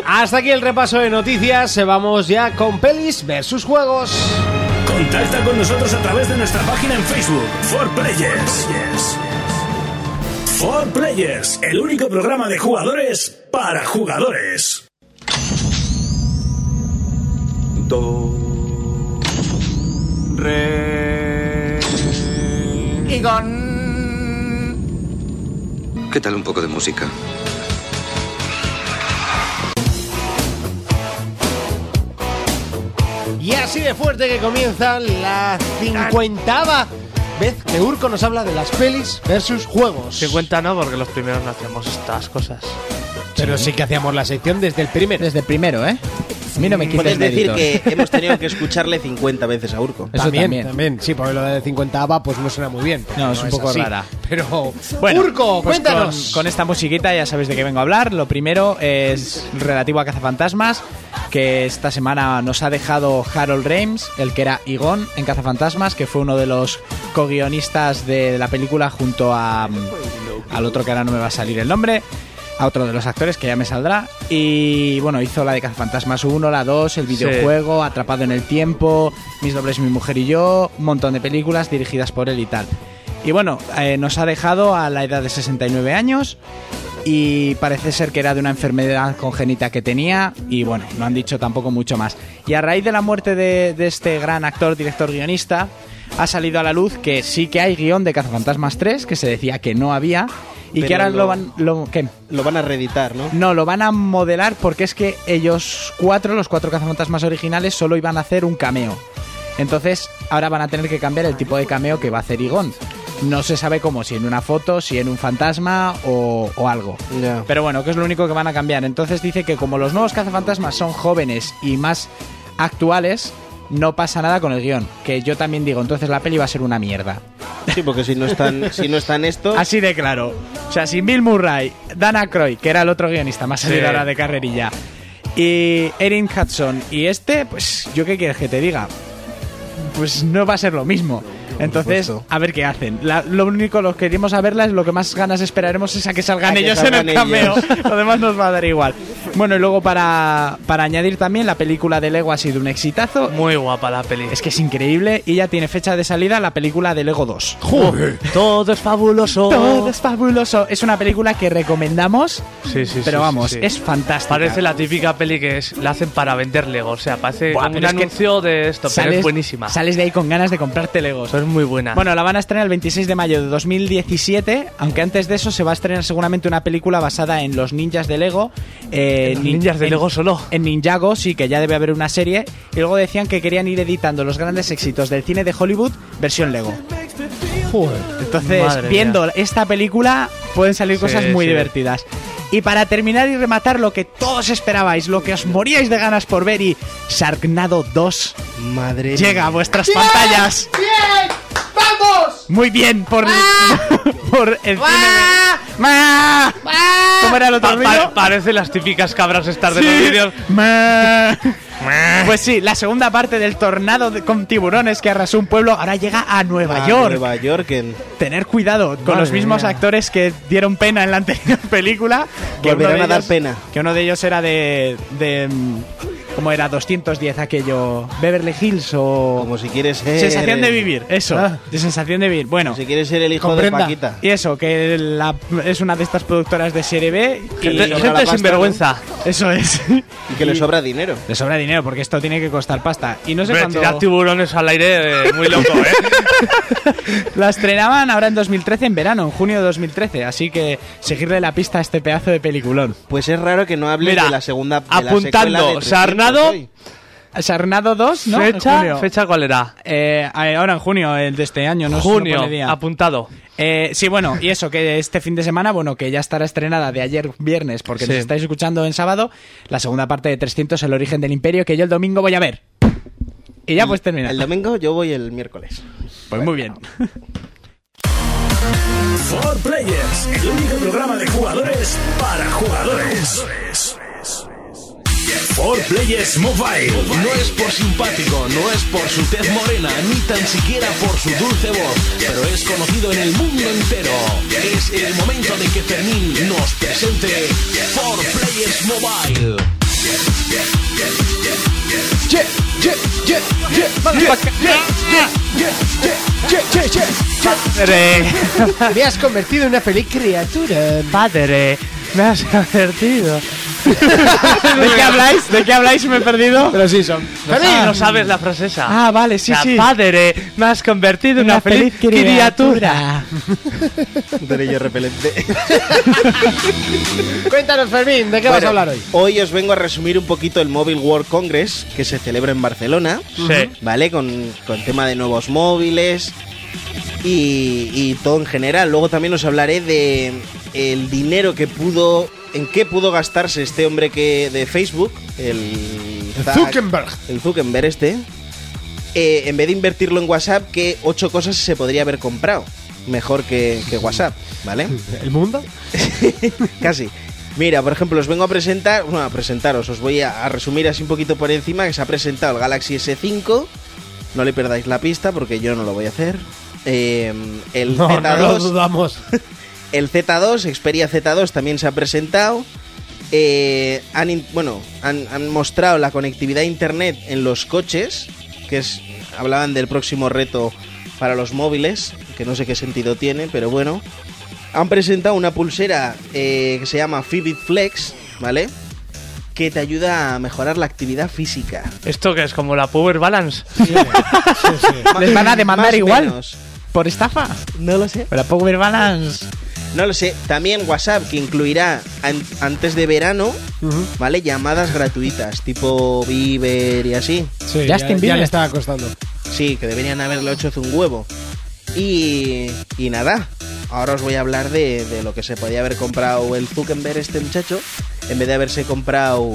[SPEAKER 2] Hasta aquí el repaso de noticias. Vamos ya con pelis versus juegos.
[SPEAKER 1] Contacta con nosotros a través de nuestra página en Facebook, For Players. For Players, el único programa de jugadores para jugadores.
[SPEAKER 8] ¿Qué tal un poco de música?
[SPEAKER 2] Y así de fuerte que comienza la cincuentava vez que Urco nos habla de las pelis versus juegos.
[SPEAKER 7] 50 no, porque los primeros no hacíamos estas cosas.
[SPEAKER 2] Pero sí que hacíamos la sección desde el primer.
[SPEAKER 3] Desde el primero, ¿eh? A mí no me quites
[SPEAKER 6] Mm. Puedes decir
[SPEAKER 3] méritos.
[SPEAKER 6] que hemos tenido que escucharle 50 veces a Urco.
[SPEAKER 3] Eso
[SPEAKER 2] también,
[SPEAKER 3] también.
[SPEAKER 2] también, Sí, porque lo de cincuentava pues no suena muy bien. porque
[SPEAKER 3] No, es un poco
[SPEAKER 2] así.
[SPEAKER 3] rara.
[SPEAKER 2] Pero
[SPEAKER 3] Bueno,
[SPEAKER 2] Urco,
[SPEAKER 3] pues
[SPEAKER 2] cuéntanos.
[SPEAKER 3] Con, con esta musiquita ya sabéis de qué vengo a hablar. Lo primero es relativo a Cazafantasmas, que esta semana nos ha dejado Harold Rames, el que era Igon en Cazafantasmas, que fue uno de los co-guionistas de la película junto a mm, al otro que ahora no me va a salir el nombre. A otro de los actores que ya me saldrá. Y bueno, hizo la de Cazafantasmas 1, la 2, el videojuego, Atrapado en el Tiempo, Mis Dobles, Mi Mujer y Yo, un montón de películas dirigidas por él y tal. Y bueno, eh, nos ha dejado a la edad de 69 años y parece ser que era de una enfermedad congénita que tenía y bueno, no han dicho tampoco mucho más. Y a raíz de la muerte de, de este gran actor, director, guionista, ha salido a la luz que sí que hay guión de Cazafantasmas 3, que se decía que no había y que
[SPEAKER 6] Pero
[SPEAKER 3] ahora lo
[SPEAKER 6] lo-
[SPEAKER 3] van... Lo, ¿qué?
[SPEAKER 6] Lo van a reeditar, ¿no?
[SPEAKER 3] No, lo van a modelar porque es que ellos cuatro, los cuatro cazafantasmas originales, solo iban a hacer un cameo. Entonces, ahora van a tener que cambiar el tipo de cameo que va a hacer Igon. No se sabe cómo, si en una foto, si en un fantasma o, o algo.
[SPEAKER 6] Ya.
[SPEAKER 3] Pero bueno, que es lo único que van a cambiar. Entonces dice que como los nuevos cazafantasmas son jóvenes y más actuales, no pasa nada con el guión. Que yo también digo, entonces la peli va a ser una mierda.
[SPEAKER 6] Sí, porque si no están, si no están esto,
[SPEAKER 3] Así de claro. O sea, si Bill Murray, Dana Croy, que era el otro guionista más
[SPEAKER 7] Sí.
[SPEAKER 3] salido ahora de carrerilla, y Erin Hudson y este, pues yo qué quieres que te diga. Pues no va a ser lo mismo. Entonces,
[SPEAKER 6] supuesto.
[SPEAKER 3] a ver qué hacen. La- lo único, los que iremos a verla es lo que más ganas esperaremos es a que salgan
[SPEAKER 6] A que
[SPEAKER 3] ellos en
[SPEAKER 6] salgan
[SPEAKER 3] el cameo.
[SPEAKER 6] ellos.
[SPEAKER 3] lo demás nos va a dar igual. Bueno, y luego para, para añadir también, la película de Lego ha sido un exitazo.
[SPEAKER 7] Muy guapa la peli.
[SPEAKER 3] Es que es increíble y ya tiene fecha de salida la película de Lego 2.
[SPEAKER 7] Todo es fabuloso.
[SPEAKER 3] Todo es fabuloso. Es una película que recomendamos,
[SPEAKER 7] Sí, sí, sí,
[SPEAKER 3] pero
[SPEAKER 7] sí,
[SPEAKER 3] vamos,
[SPEAKER 7] sí.
[SPEAKER 3] es fantástica.
[SPEAKER 7] Parece la típica peli que es, la hacen para vender Lego. O sea, parece
[SPEAKER 3] Buah,
[SPEAKER 7] como un
[SPEAKER 3] pero es que
[SPEAKER 7] anuncio de esto, pero es buenísima. Pues
[SPEAKER 3] Sales de ahí con ganas de comprarte Legos.
[SPEAKER 7] Eso es muy buena.
[SPEAKER 3] Bueno, la van a estrenar el 26 de mayo de 2017, aunque antes de eso se va a estrenar seguramente una película basada en los ninjas de Lego. eh, nin-
[SPEAKER 7] Los ninjas de
[SPEAKER 3] en-
[SPEAKER 7] Lego solo.
[SPEAKER 3] En Ninjago, sí, que ya debe haber una serie. Y luego decían que querían ir editando los grandes éxitos del cine de Hollywood, versión Lego. Entonces,
[SPEAKER 7] Madre
[SPEAKER 3] viendo esta película, pueden salir
[SPEAKER 7] Sí,
[SPEAKER 3] cosas muy
[SPEAKER 7] sí.
[SPEAKER 3] divertidas. Y para terminar y rematar lo que todos esperabais, lo que os moríais de ganas por ver y Sharknado 2
[SPEAKER 6] madre.
[SPEAKER 3] llega a vuestras pantallas.
[SPEAKER 2] ¡Vamos!
[SPEAKER 3] Muy bien, por, por el cine. de- ¡Ma! ¿Cómo era el otro
[SPEAKER 7] Pa- pa-
[SPEAKER 3] ruido?
[SPEAKER 7] parece las típicas cabras estar de
[SPEAKER 3] Sí.
[SPEAKER 7] los vídeos.
[SPEAKER 3] Ma. Pues sí, la segunda parte del tornado de- con tiburones que arrasó un pueblo ahora llega a Nueva
[SPEAKER 6] a
[SPEAKER 3] York.
[SPEAKER 6] Ah, Nueva York. en-
[SPEAKER 3] Tener cuidado con
[SPEAKER 7] Madre
[SPEAKER 3] los mismos
[SPEAKER 7] mía.
[SPEAKER 3] actores que dieron pena en la anterior película. Que
[SPEAKER 6] Volverán
[SPEAKER 3] uno de
[SPEAKER 6] a dar pena.
[SPEAKER 3] Que uno de ellos era de. de mm, ¿Cómo era? 210 aquello. Beverly Hills o.
[SPEAKER 6] Como si quieres ser.
[SPEAKER 3] sensación de
[SPEAKER 6] el-
[SPEAKER 3] vivir, eso. De sensación de vivir. Bueno.
[SPEAKER 6] Si quieres ser el hijo
[SPEAKER 2] Comprenda.
[SPEAKER 6] de Paquita.
[SPEAKER 3] Y eso, que la- es una de estas productoras de serie B. y-
[SPEAKER 7] Gente,
[SPEAKER 6] sobra
[SPEAKER 7] gente
[SPEAKER 6] la pasta,
[SPEAKER 7] sinvergüenza.
[SPEAKER 3] eso es.
[SPEAKER 6] Y que le sobra dinero.
[SPEAKER 3] Le sobra dinero porque esto tiene que costar pasta. Y no sé
[SPEAKER 7] Hombre,
[SPEAKER 3] cuándo
[SPEAKER 7] Tirar tiburones al aire, eh, muy loco, ¿eh?
[SPEAKER 3] la estrenaban ahora en 2013, en verano, en junio de 2013. Así que seguirle la pista a este pedazo de peliculón.
[SPEAKER 6] Pues es raro que no hable
[SPEAKER 7] Mira,
[SPEAKER 6] de la segunda. de la secuela de
[SPEAKER 7] apuntando,
[SPEAKER 6] 300
[SPEAKER 7] Sarnado,
[SPEAKER 6] hoy.
[SPEAKER 3] Sarnado 2, ¿no? En
[SPEAKER 7] fecha,
[SPEAKER 3] junio.
[SPEAKER 7] fecha cuál era?
[SPEAKER 3] Eh, ahora en junio, el de este año, no sé, no
[SPEAKER 7] Junio,
[SPEAKER 3] pone día.
[SPEAKER 7] apuntado.
[SPEAKER 3] Eh, sí, bueno, y eso, que este fin de semana, bueno, que ya estará estrenada de ayer viernes, porque
[SPEAKER 7] Sí.
[SPEAKER 3] nos estáis escuchando en sábado, la segunda parte de 300, El origen del imperio, que yo el domingo voy a ver. Y ya pues termina.
[SPEAKER 6] El domingo yo voy el miércoles.
[SPEAKER 3] Pues muy bien.
[SPEAKER 1] For Players, el único programa de jugadores para jugadores. For Players Mobile.
[SPEAKER 9] No es por simpático, no es por su tez morena, ni tan siquiera por su dulce voz, pero es conocido en el mundo entero. Es el momento de que Fermín nos presente For Players Mobile.
[SPEAKER 3] eh,
[SPEAKER 7] Padre,
[SPEAKER 2] Me has convertido en una feliz criatura.
[SPEAKER 7] padre, me has advertido.
[SPEAKER 3] ¿De qué habláis? ¿De qué habláis? Me he perdido.
[SPEAKER 2] Pero sí son.
[SPEAKER 7] Ah, no sabes la frase esa.
[SPEAKER 3] Ah, vale, sí,
[SPEAKER 7] La
[SPEAKER 3] sí.
[SPEAKER 7] Padre, me has convertido en una, feliz, criatura.
[SPEAKER 6] Derecho repelente.
[SPEAKER 2] Cuéntanos, Fermín, ¿de qué vas a hablar hoy?
[SPEAKER 6] Hoy os vengo a resumir un poquito el Mobile World Congress que se celebra en Barcelona.
[SPEAKER 7] Sí.
[SPEAKER 6] ¿Vale? Con, con tema de nuevos móviles y, y todo en general. Luego también os hablaré de el dinero que pudo. en qué pudo gastarse este hombre que. de Facebook. El. Zuck-
[SPEAKER 2] Zuckerberg.
[SPEAKER 6] El Zuckerberg este. eh, en vez de invertirlo en WhatsApp, que ocho cosas se podría haber comprado. Mejor que, que WhatsApp, ¿vale?
[SPEAKER 2] ¿El mundo?
[SPEAKER 6] Casi. Mira, por ejemplo, os vengo a presentar, bueno, a presentaros, os voy a, a resumir así un poquito por encima que se ha presentado el Galaxy S5. No le perdáis la pista porque yo no lo voy a hacer. Eh, el
[SPEAKER 2] No, no
[SPEAKER 6] Z2,
[SPEAKER 2] lo dudamos.
[SPEAKER 6] el Z2, Xperia Z2 también se ha presentado. Eh, han, in- bueno, han, han mostrado la conectividad a internet en los coches, que es, hablaban del próximo reto para los móviles, que no sé qué sentido tiene, pero bueno. Han presentado una pulsera eh, que se llama Fitbit Flex, ¿vale? Que te ayuda a mejorar la actividad física.
[SPEAKER 7] ¿Esto que es como la Power Balance?
[SPEAKER 3] ¿Les van a demandar
[SPEAKER 6] Más o
[SPEAKER 3] igual?
[SPEAKER 6] menos.
[SPEAKER 3] ¿Por estafa?
[SPEAKER 6] No lo sé.
[SPEAKER 3] Pero Power Balance.
[SPEAKER 6] No lo sé. También WhatsApp, que incluirá an- antes de verano, ¿vale? Llamadas gratuitas, tipo Viber y así.
[SPEAKER 2] Sí,
[SPEAKER 3] Justin
[SPEAKER 2] ya, ya
[SPEAKER 3] Bieber.
[SPEAKER 2] le estaba costando.
[SPEAKER 6] Sí, que deberían haberle hecho un huevo. Y, y nada, ahora os voy a hablar de, de lo que se podía haber comprado el Zuckerberg, este muchacho, en vez de haberse comprado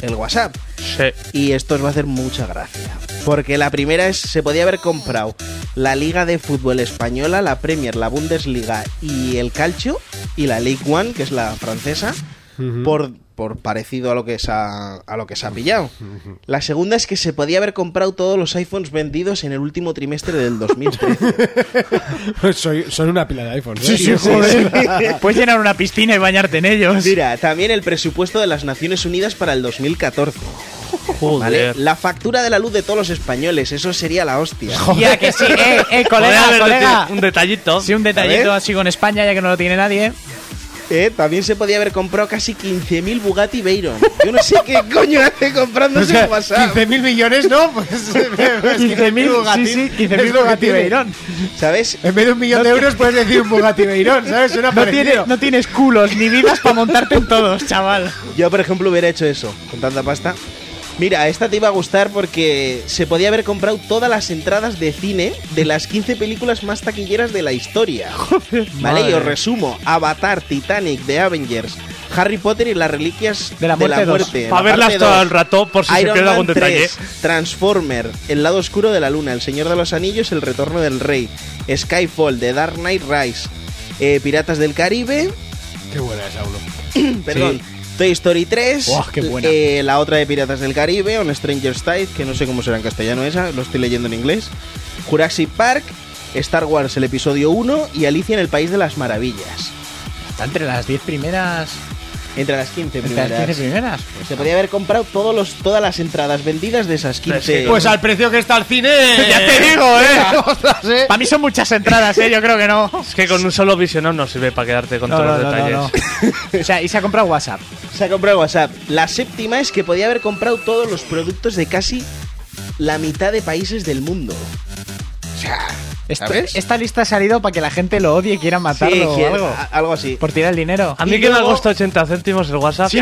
[SPEAKER 6] el WhatsApp.
[SPEAKER 7] Sí.
[SPEAKER 6] Y esto os va a hacer mucha gracia. Porque la primera es, se podía haber comprado la Liga de Fútbol Española, la Premier, la Bundesliga y el Calcio, y la League One, que es la francesa, por, por parecido a lo, que se ha, a lo que se ha pillado. La segunda es que se podía haber comprado todos los iPhones vendidos en el último trimestre del 2013.
[SPEAKER 2] Soy, son una pila de iPhones. ¿eh?
[SPEAKER 3] Puedes llenar una piscina y bañarte en ellos.
[SPEAKER 6] Mira, también el presupuesto de las Naciones Unidas para el 2014. ¿vale?
[SPEAKER 7] Joder.
[SPEAKER 6] La factura de la luz de todos los españoles, eso sería la hostia.
[SPEAKER 3] Ya que sí, eh, eh,
[SPEAKER 7] Podría
[SPEAKER 3] colega,
[SPEAKER 7] haber
[SPEAKER 3] colega.
[SPEAKER 7] deti- Un detallito.
[SPEAKER 3] Sí, un detallito así con España, ya que no lo tiene nadie.
[SPEAKER 6] Eh, también se podía haber comprado casi 15.000 Bugatti Veyron. Yo no sé qué coño hace comprándose un Pues WhatsApp.
[SPEAKER 2] 15.000 millones, ¿no? Pues, es que
[SPEAKER 3] 15.000,
[SPEAKER 2] Bugatti-
[SPEAKER 3] sí, sí,
[SPEAKER 2] es
[SPEAKER 3] 15.000
[SPEAKER 2] lo que
[SPEAKER 3] Bugatti
[SPEAKER 2] tiene.
[SPEAKER 3] Veyron.
[SPEAKER 6] ¿Sabes?
[SPEAKER 3] Eh.
[SPEAKER 2] En vez de un millón de euros puedes decir un Bugatti Veyron, ¿sabes? Suena
[SPEAKER 3] No,
[SPEAKER 2] parecido.
[SPEAKER 3] tiene- no tienes culos ni vidas para montarte en todos, chaval.
[SPEAKER 6] Yo, por ejemplo, hubiera hecho eso con tanta pasta. Mira, esta te iba a gustar porque se podía haber comprado todas las entradas de cine de las 15 películas más taquilleras de la historia. vale, y os resumo: Avatar, Titanic, The Avengers, Harry Potter y las reliquias
[SPEAKER 3] De la muerte dos.
[SPEAKER 6] muerte,
[SPEAKER 7] Para
[SPEAKER 6] la
[SPEAKER 7] verlas
[SPEAKER 6] parte
[SPEAKER 7] todo
[SPEAKER 6] dos.
[SPEAKER 7] el rato, por si se
[SPEAKER 6] Iron
[SPEAKER 7] pierde
[SPEAKER 6] Man
[SPEAKER 7] algún detalle.
[SPEAKER 6] 3, Transformer, El lado oscuro de la luna, El señor de los anillos, El retorno del rey, Skyfall, The Dark Knight Rise, eh, Piratas del Caribe. Qué buena es, Perdón. Toy Story 3,
[SPEAKER 3] Buah, qué buena.
[SPEAKER 6] eh, la otra de Piratas del Caribe, On Stranger's Tide, que no sé cómo será en castellano esa, lo estoy leyendo en inglés, Jurassic Park, Star Wars el episodio 1 y Alicia en el País de las Maravillas.
[SPEAKER 3] Está entre las 10 primeras.
[SPEAKER 6] Entre las 15
[SPEAKER 3] Entre
[SPEAKER 6] primeras.
[SPEAKER 3] las 15 primeras.
[SPEAKER 6] Se podía haber comprado todos los, todas las entradas vendidas de esas 15.
[SPEAKER 2] Pues al precio que está el cine.
[SPEAKER 3] Ya te digo, eh.
[SPEAKER 2] Ostras, ¿eh?
[SPEAKER 3] Para mí son muchas entradas, eh. Yo creo que no.
[SPEAKER 7] Es que con un solo visionado no sirve para quedarte con
[SPEAKER 3] No,
[SPEAKER 7] todos
[SPEAKER 3] no, no,
[SPEAKER 7] los
[SPEAKER 3] no,
[SPEAKER 7] detalles.
[SPEAKER 3] no. O sea, y se ha comprado WhatsApp.
[SPEAKER 6] Se ha comprado WhatsApp. La séptima es que podía haber comprado todos los productos de casi la mitad de países del mundo.
[SPEAKER 3] Esto-
[SPEAKER 6] ¿Sabes?
[SPEAKER 3] esta lista ha salido para que la gente lo odie y quiera matarlo
[SPEAKER 6] Sí, que-
[SPEAKER 3] o algo.
[SPEAKER 6] a- algo así.
[SPEAKER 3] Por tirar el dinero.
[SPEAKER 7] A mí
[SPEAKER 6] Y
[SPEAKER 7] que me ha
[SPEAKER 6] luego-
[SPEAKER 7] costado 80 céntimos el WhatsApp.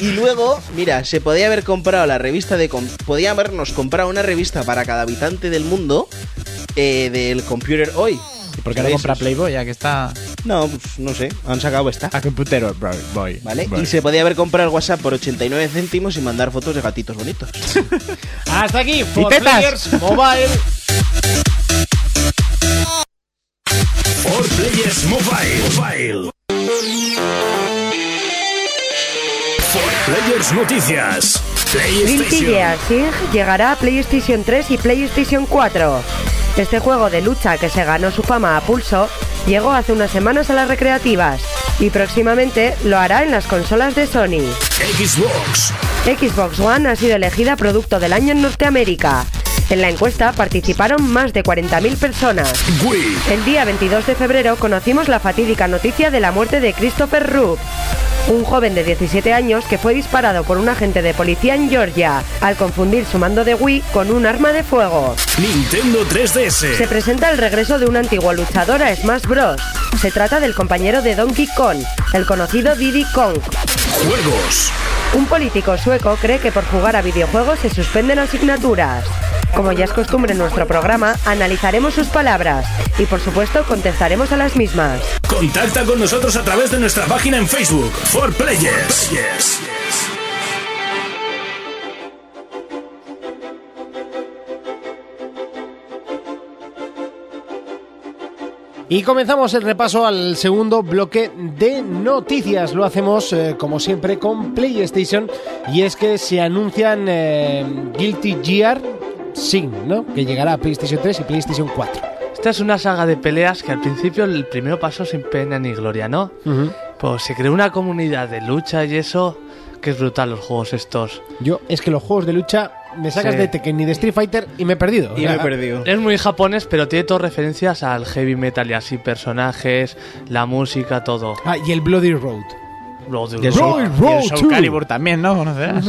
[SPEAKER 6] Y luego, mira, se podía haber comprado la revista de... com- Podía habernos comprado una revista para cada habitante del mundo eh, del Computer Hoy.
[SPEAKER 3] ¿Y por qué no compra Playboy? Ya que está
[SPEAKER 6] No, pues no sé, han sacado esta.
[SPEAKER 3] a computero, bro, boy.
[SPEAKER 6] ¿Vale?
[SPEAKER 3] boy.
[SPEAKER 6] Y se podía haber comprado el WhatsApp por 89 céntimos y mandar fotos de gatitos bonitos.
[SPEAKER 2] Hasta aquí, For
[SPEAKER 3] tetas.
[SPEAKER 2] Players Mobile.
[SPEAKER 1] For Players Mobile. Mobile. For Players Noticias.
[SPEAKER 4] Guilty
[SPEAKER 1] PlayStation.
[SPEAKER 4] Gear Sing llegará a PlayStation 3 y PlayStation 4. Este juego de lucha que se ganó su fama a pulso llegó hace unas semanas a las recreativas y próximamente lo hará en las consolas de Sony.
[SPEAKER 1] Xbox.
[SPEAKER 4] Xbox One ha sido elegida Producto del Año en Norteamérica. En la encuesta participaron más de 40.000 personas.
[SPEAKER 1] Wii.
[SPEAKER 4] El día 22 de febrero conocimos la fatídica noticia de la muerte de Christopher Roop, un joven de 17 años que fue disparado por un agente de policía en Georgia al confundir su mando de Wii con un arma de fuego.
[SPEAKER 1] Nintendo
[SPEAKER 4] Se
[SPEAKER 1] 3DS.
[SPEAKER 4] presenta el regreso de un antiguo luchador a Smash Bros. Se trata del compañero de Donkey Kong, el conocido Diddy Kong.
[SPEAKER 1] Juegos.
[SPEAKER 4] Un político sueco cree que por jugar a videojuegos se suspenden asignaturas. Como ya es costumbre en nuestro programa, analizaremos sus palabras y por supuesto contestaremos a las mismas.
[SPEAKER 1] Contacta con nosotros a través de nuestra página en Facebook. For Players.
[SPEAKER 2] Y comenzamos el repaso al segundo bloque de noticias. Lo hacemos, eh, como siempre, con PlayStation. Y es que se anuncian eh, Guilty Gear Sin, ¿no? Que llegará a PlayStation 3 y PlayStation 4.
[SPEAKER 7] Esta es una saga de peleas que al principio el primero pasó sin pena ni gloria, ¿no? Pues se creó una comunidad de lucha y eso, que es brutal los juegos estos.
[SPEAKER 2] Yo, es que los juegos de lucha me sacas
[SPEAKER 7] Sí.
[SPEAKER 2] de Tekken y de Street Fighter y me he perdido. Ah, O
[SPEAKER 6] Y
[SPEAKER 2] sea,
[SPEAKER 6] me he perdido.
[SPEAKER 7] Es muy japonés, pero tiene todas referencias al heavy metal y así, personajes, la música, todo.
[SPEAKER 2] Ah, y el Bloody Road.
[SPEAKER 7] Road
[SPEAKER 3] Y el
[SPEAKER 7] Road.
[SPEAKER 3] Soul, y el Soul
[SPEAKER 2] 2.
[SPEAKER 3] Calibur también, ¿no? ¿Conocerás?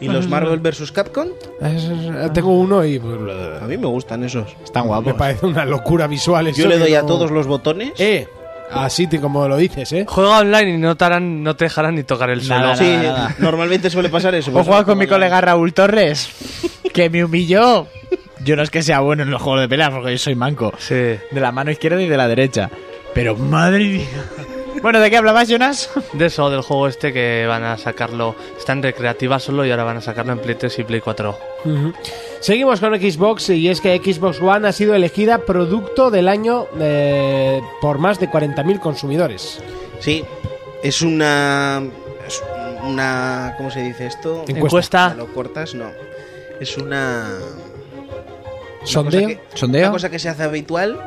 [SPEAKER 6] ¿Y los Marvel vs. Capcom?
[SPEAKER 2] Ah, Tengo uno y... pues,
[SPEAKER 6] A mí me gustan esos.
[SPEAKER 3] Están
[SPEAKER 2] Me
[SPEAKER 3] guapos.
[SPEAKER 2] parece una locura visual eso
[SPEAKER 6] Yo le
[SPEAKER 2] que
[SPEAKER 6] doy a
[SPEAKER 2] no-
[SPEAKER 6] todos los botones.
[SPEAKER 2] Eh, así te- como lo dices, ¿eh?
[SPEAKER 7] Juega online y no te, harán- no te dejarán ni tocar el suelo.
[SPEAKER 3] Nada,
[SPEAKER 6] sí,
[SPEAKER 3] nada, nada.
[SPEAKER 6] normalmente suele pasar eso. pues,
[SPEAKER 3] O jugar con mi colega Raúl Torres, que me humilló. Yo no es que sea bueno en los juegos de peleas, porque yo soy manco.
[SPEAKER 7] Sí.
[SPEAKER 3] De la mano izquierda y de la derecha. Pero madre mía. Bueno, ¿de qué hablabas, Jonas?
[SPEAKER 7] De eso, del juego este que van a sacarlo. Está en recreativa solo y ahora van a sacarlo en Play 3 y Play 4.
[SPEAKER 2] Seguimos con Xbox y es que Xbox One ha sido elegida producto del año eh, por más de 40.000 consumidores.
[SPEAKER 6] Sí, es una. Es una. ¿Cómo se dice esto?
[SPEAKER 7] Encuesta.
[SPEAKER 6] ¿Lo cortas? No. Es una. una
[SPEAKER 2] Sondeo,
[SPEAKER 6] cosa que-
[SPEAKER 3] sondeo.
[SPEAKER 6] Una cosa que se hace habitual.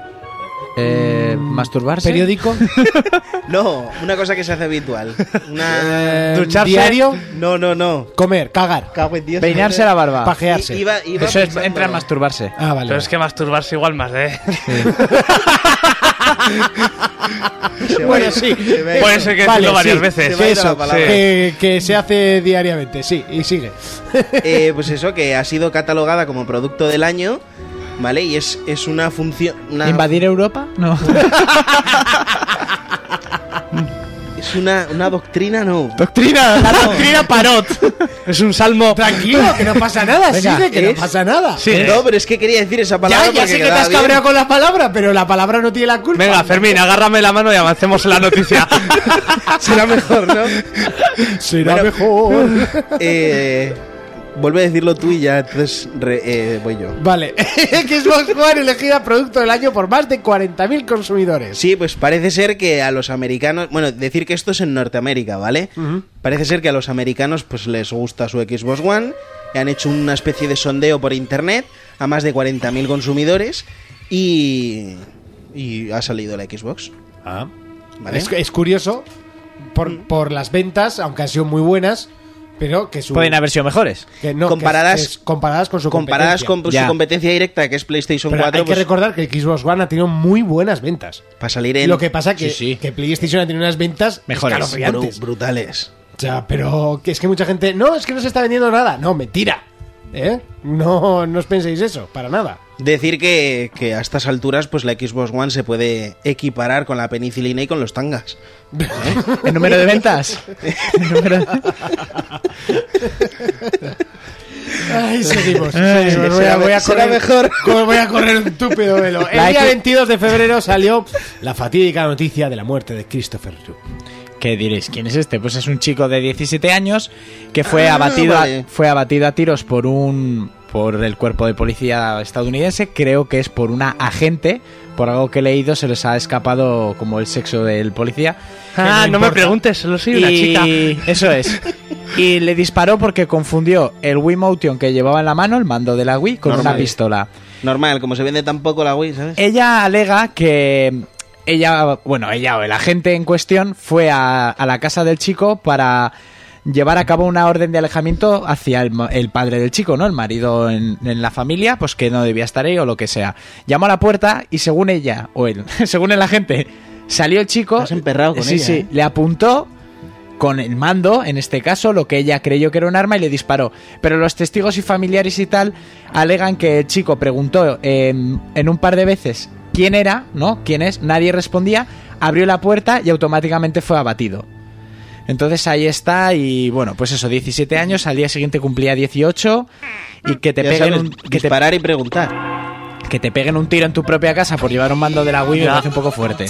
[SPEAKER 3] Eh,
[SPEAKER 6] ¿Ah,
[SPEAKER 3] masturbarse.
[SPEAKER 2] periódico,
[SPEAKER 6] No, una cosa que se hace habitual. Una.
[SPEAKER 2] eh,
[SPEAKER 3] Ducharse.
[SPEAKER 2] diario,
[SPEAKER 6] No, no, no.
[SPEAKER 2] comer, cagar,
[SPEAKER 6] Cago en Dios.
[SPEAKER 3] Peinarse la barba.
[SPEAKER 2] pajearse.
[SPEAKER 6] I- iba- iba
[SPEAKER 3] Eso es,
[SPEAKER 6] pensando-
[SPEAKER 3] entra en masturbarse.
[SPEAKER 2] Ah, vale.
[SPEAKER 7] Pero es que masturbarse igual más, ¿eh?
[SPEAKER 6] Se va
[SPEAKER 2] Bueno,
[SPEAKER 6] a ir-
[SPEAKER 2] sí.
[SPEAKER 6] se va a ir-
[SPEAKER 7] Puede ser que
[SPEAKER 2] Vale,
[SPEAKER 7] decirlo varias
[SPEAKER 2] sí.
[SPEAKER 7] veces.
[SPEAKER 6] Se va a ir a la
[SPEAKER 7] Sí.
[SPEAKER 6] palabra.
[SPEAKER 2] que, que se hace diariamente, sí, y sigue.
[SPEAKER 6] Eh, pues eso, que ha sido catalogada como producto del año, ¿vale? Y es, es una función. una-
[SPEAKER 3] ¿Invadir Europa? No.
[SPEAKER 6] es una, una doctrina, no.
[SPEAKER 3] Doctrina. La doctrina Parot. Es un salmo.
[SPEAKER 2] Tranquilo, que no pasa nada,
[SPEAKER 3] Venga,
[SPEAKER 2] sigue, que
[SPEAKER 6] es-
[SPEAKER 2] no pasa nada.
[SPEAKER 7] Sí.
[SPEAKER 6] No, pero es que quería decir esa palabra.
[SPEAKER 2] ¿eh? Ya, ya
[SPEAKER 6] porque
[SPEAKER 2] sé que te
[SPEAKER 6] quedaba
[SPEAKER 2] has
[SPEAKER 6] bien.
[SPEAKER 2] cabreado con la palabra, pero la palabra no tiene la culpa.
[SPEAKER 7] Venga, Fermín, agárrame la mano y avancemos en la noticia.
[SPEAKER 6] Será mejor, ¿no?
[SPEAKER 2] Será
[SPEAKER 6] Bueno.
[SPEAKER 2] mejor.
[SPEAKER 6] Eh, vuelve a decirlo tú y ya entonces re- eh, voy yo.
[SPEAKER 2] Vale, Xbox One elegida producto del año por más de 40.000 consumidores.
[SPEAKER 6] Sí, pues parece ser que a los americanos, bueno, decir que esto es en Norteamérica, ¿vale? Parece ser que a los americanos pues les gusta su Xbox One, han hecho una especie de sondeo por internet a más de 40.000 consumidores y y ha salido la Xbox, ¿vale?
[SPEAKER 2] Ah.
[SPEAKER 6] Mm.
[SPEAKER 2] Es, es curioso por, por las ventas, aunque han sido muy buenas, pero que su
[SPEAKER 3] Pueden haber sido mejores.
[SPEAKER 2] que no, que
[SPEAKER 6] comparadas-
[SPEAKER 2] es- que es comparadas con su
[SPEAKER 6] Comparadas con
[SPEAKER 2] competencia.
[SPEAKER 6] su
[SPEAKER 3] Ya.
[SPEAKER 6] competencia directa, que es PlayStation
[SPEAKER 2] Pero
[SPEAKER 6] 4,
[SPEAKER 2] hay que
[SPEAKER 6] pues,
[SPEAKER 2] recordar que Xbox One ha tenido muy buenas ventas.
[SPEAKER 6] para salir en
[SPEAKER 2] Lo que pasa que,
[SPEAKER 3] Sí, sí.
[SPEAKER 2] que PlayStation ha tenido unas ventas
[SPEAKER 3] Mejores.
[SPEAKER 2] escalofriantes.
[SPEAKER 6] bru- brutales.
[SPEAKER 2] O sea, pero que es que mucha gente. No, es que no se está vendiendo nada. No, mentira. ¿Eh? No, no os penséis eso, para nada.
[SPEAKER 6] Decir que, que a estas alturas, pues la Xbox One se puede equiparar con la penicilina y con los tangas.
[SPEAKER 3] ¿El número de ventas? El número de-
[SPEAKER 2] Ay, seguimos.
[SPEAKER 3] Ay,
[SPEAKER 2] seguimos.
[SPEAKER 3] será me-
[SPEAKER 2] correr, co- Voy a correr un túpido velo. El
[SPEAKER 3] La
[SPEAKER 2] día
[SPEAKER 3] X-
[SPEAKER 2] 22 de febrero salió la fatídica noticia de la muerte de Christopher Yu.
[SPEAKER 3] ¿Qué diréis? ¿Quién es este? Pues es un chico de 17 años que fue
[SPEAKER 6] Ah,
[SPEAKER 3] abatido,
[SPEAKER 6] vale.
[SPEAKER 3] a, fue abatido a tiros por un por el cuerpo de policía estadounidense. Creo que es por una agente. Por algo que he leído se les ha escapado como el sexo del policía.
[SPEAKER 7] Ah,
[SPEAKER 3] Que
[SPEAKER 7] no me
[SPEAKER 3] importa.
[SPEAKER 7] preguntes, solo soy una chica.
[SPEAKER 3] Y- Eso es. Y le disparó porque confundió el Wii Motion que llevaba en la mano, el mando de la Wii, con
[SPEAKER 6] Normal.
[SPEAKER 3] una pistola.
[SPEAKER 6] Normal, como se vende tan poco la Wii, ¿sabes?
[SPEAKER 2] Eh,
[SPEAKER 3] Ella alega que ella, bueno, ella o el agente en cuestión fue a, a la casa del chico para llevar a cabo una orden de alejamiento hacia el, ma- el padre del chico, ¿no? El marido en, en la familia, pues que no debía estar ahí o lo que sea. Llamó a la puerta y según ella, o él, según el agente, salió el chico...
[SPEAKER 6] Has emperrado con
[SPEAKER 3] sí,
[SPEAKER 6] ella,
[SPEAKER 3] Sí,
[SPEAKER 6] ¿eh?
[SPEAKER 3] le apuntó con el mando, en este caso, lo que ella creyó que era un arma y le disparó. Pero los testigos y familiares y tal alegan que el chico preguntó eh, en un par de veces quién era, ¿no? ¿Quién es? Nadie respondía, abrió la puerta y automáticamente fue abatido. Entonces ahí está y bueno, pues eso, 17 años, al día siguiente cumplía 18 y que te
[SPEAKER 6] Ya
[SPEAKER 3] peguen
[SPEAKER 6] sabes,
[SPEAKER 3] un, que te,
[SPEAKER 6] disparar y preguntar.
[SPEAKER 3] que te peguen un tiro en tu propia casa por llevar un mando de la Wii me
[SPEAKER 7] Ya.
[SPEAKER 3] parece un poco fuerte.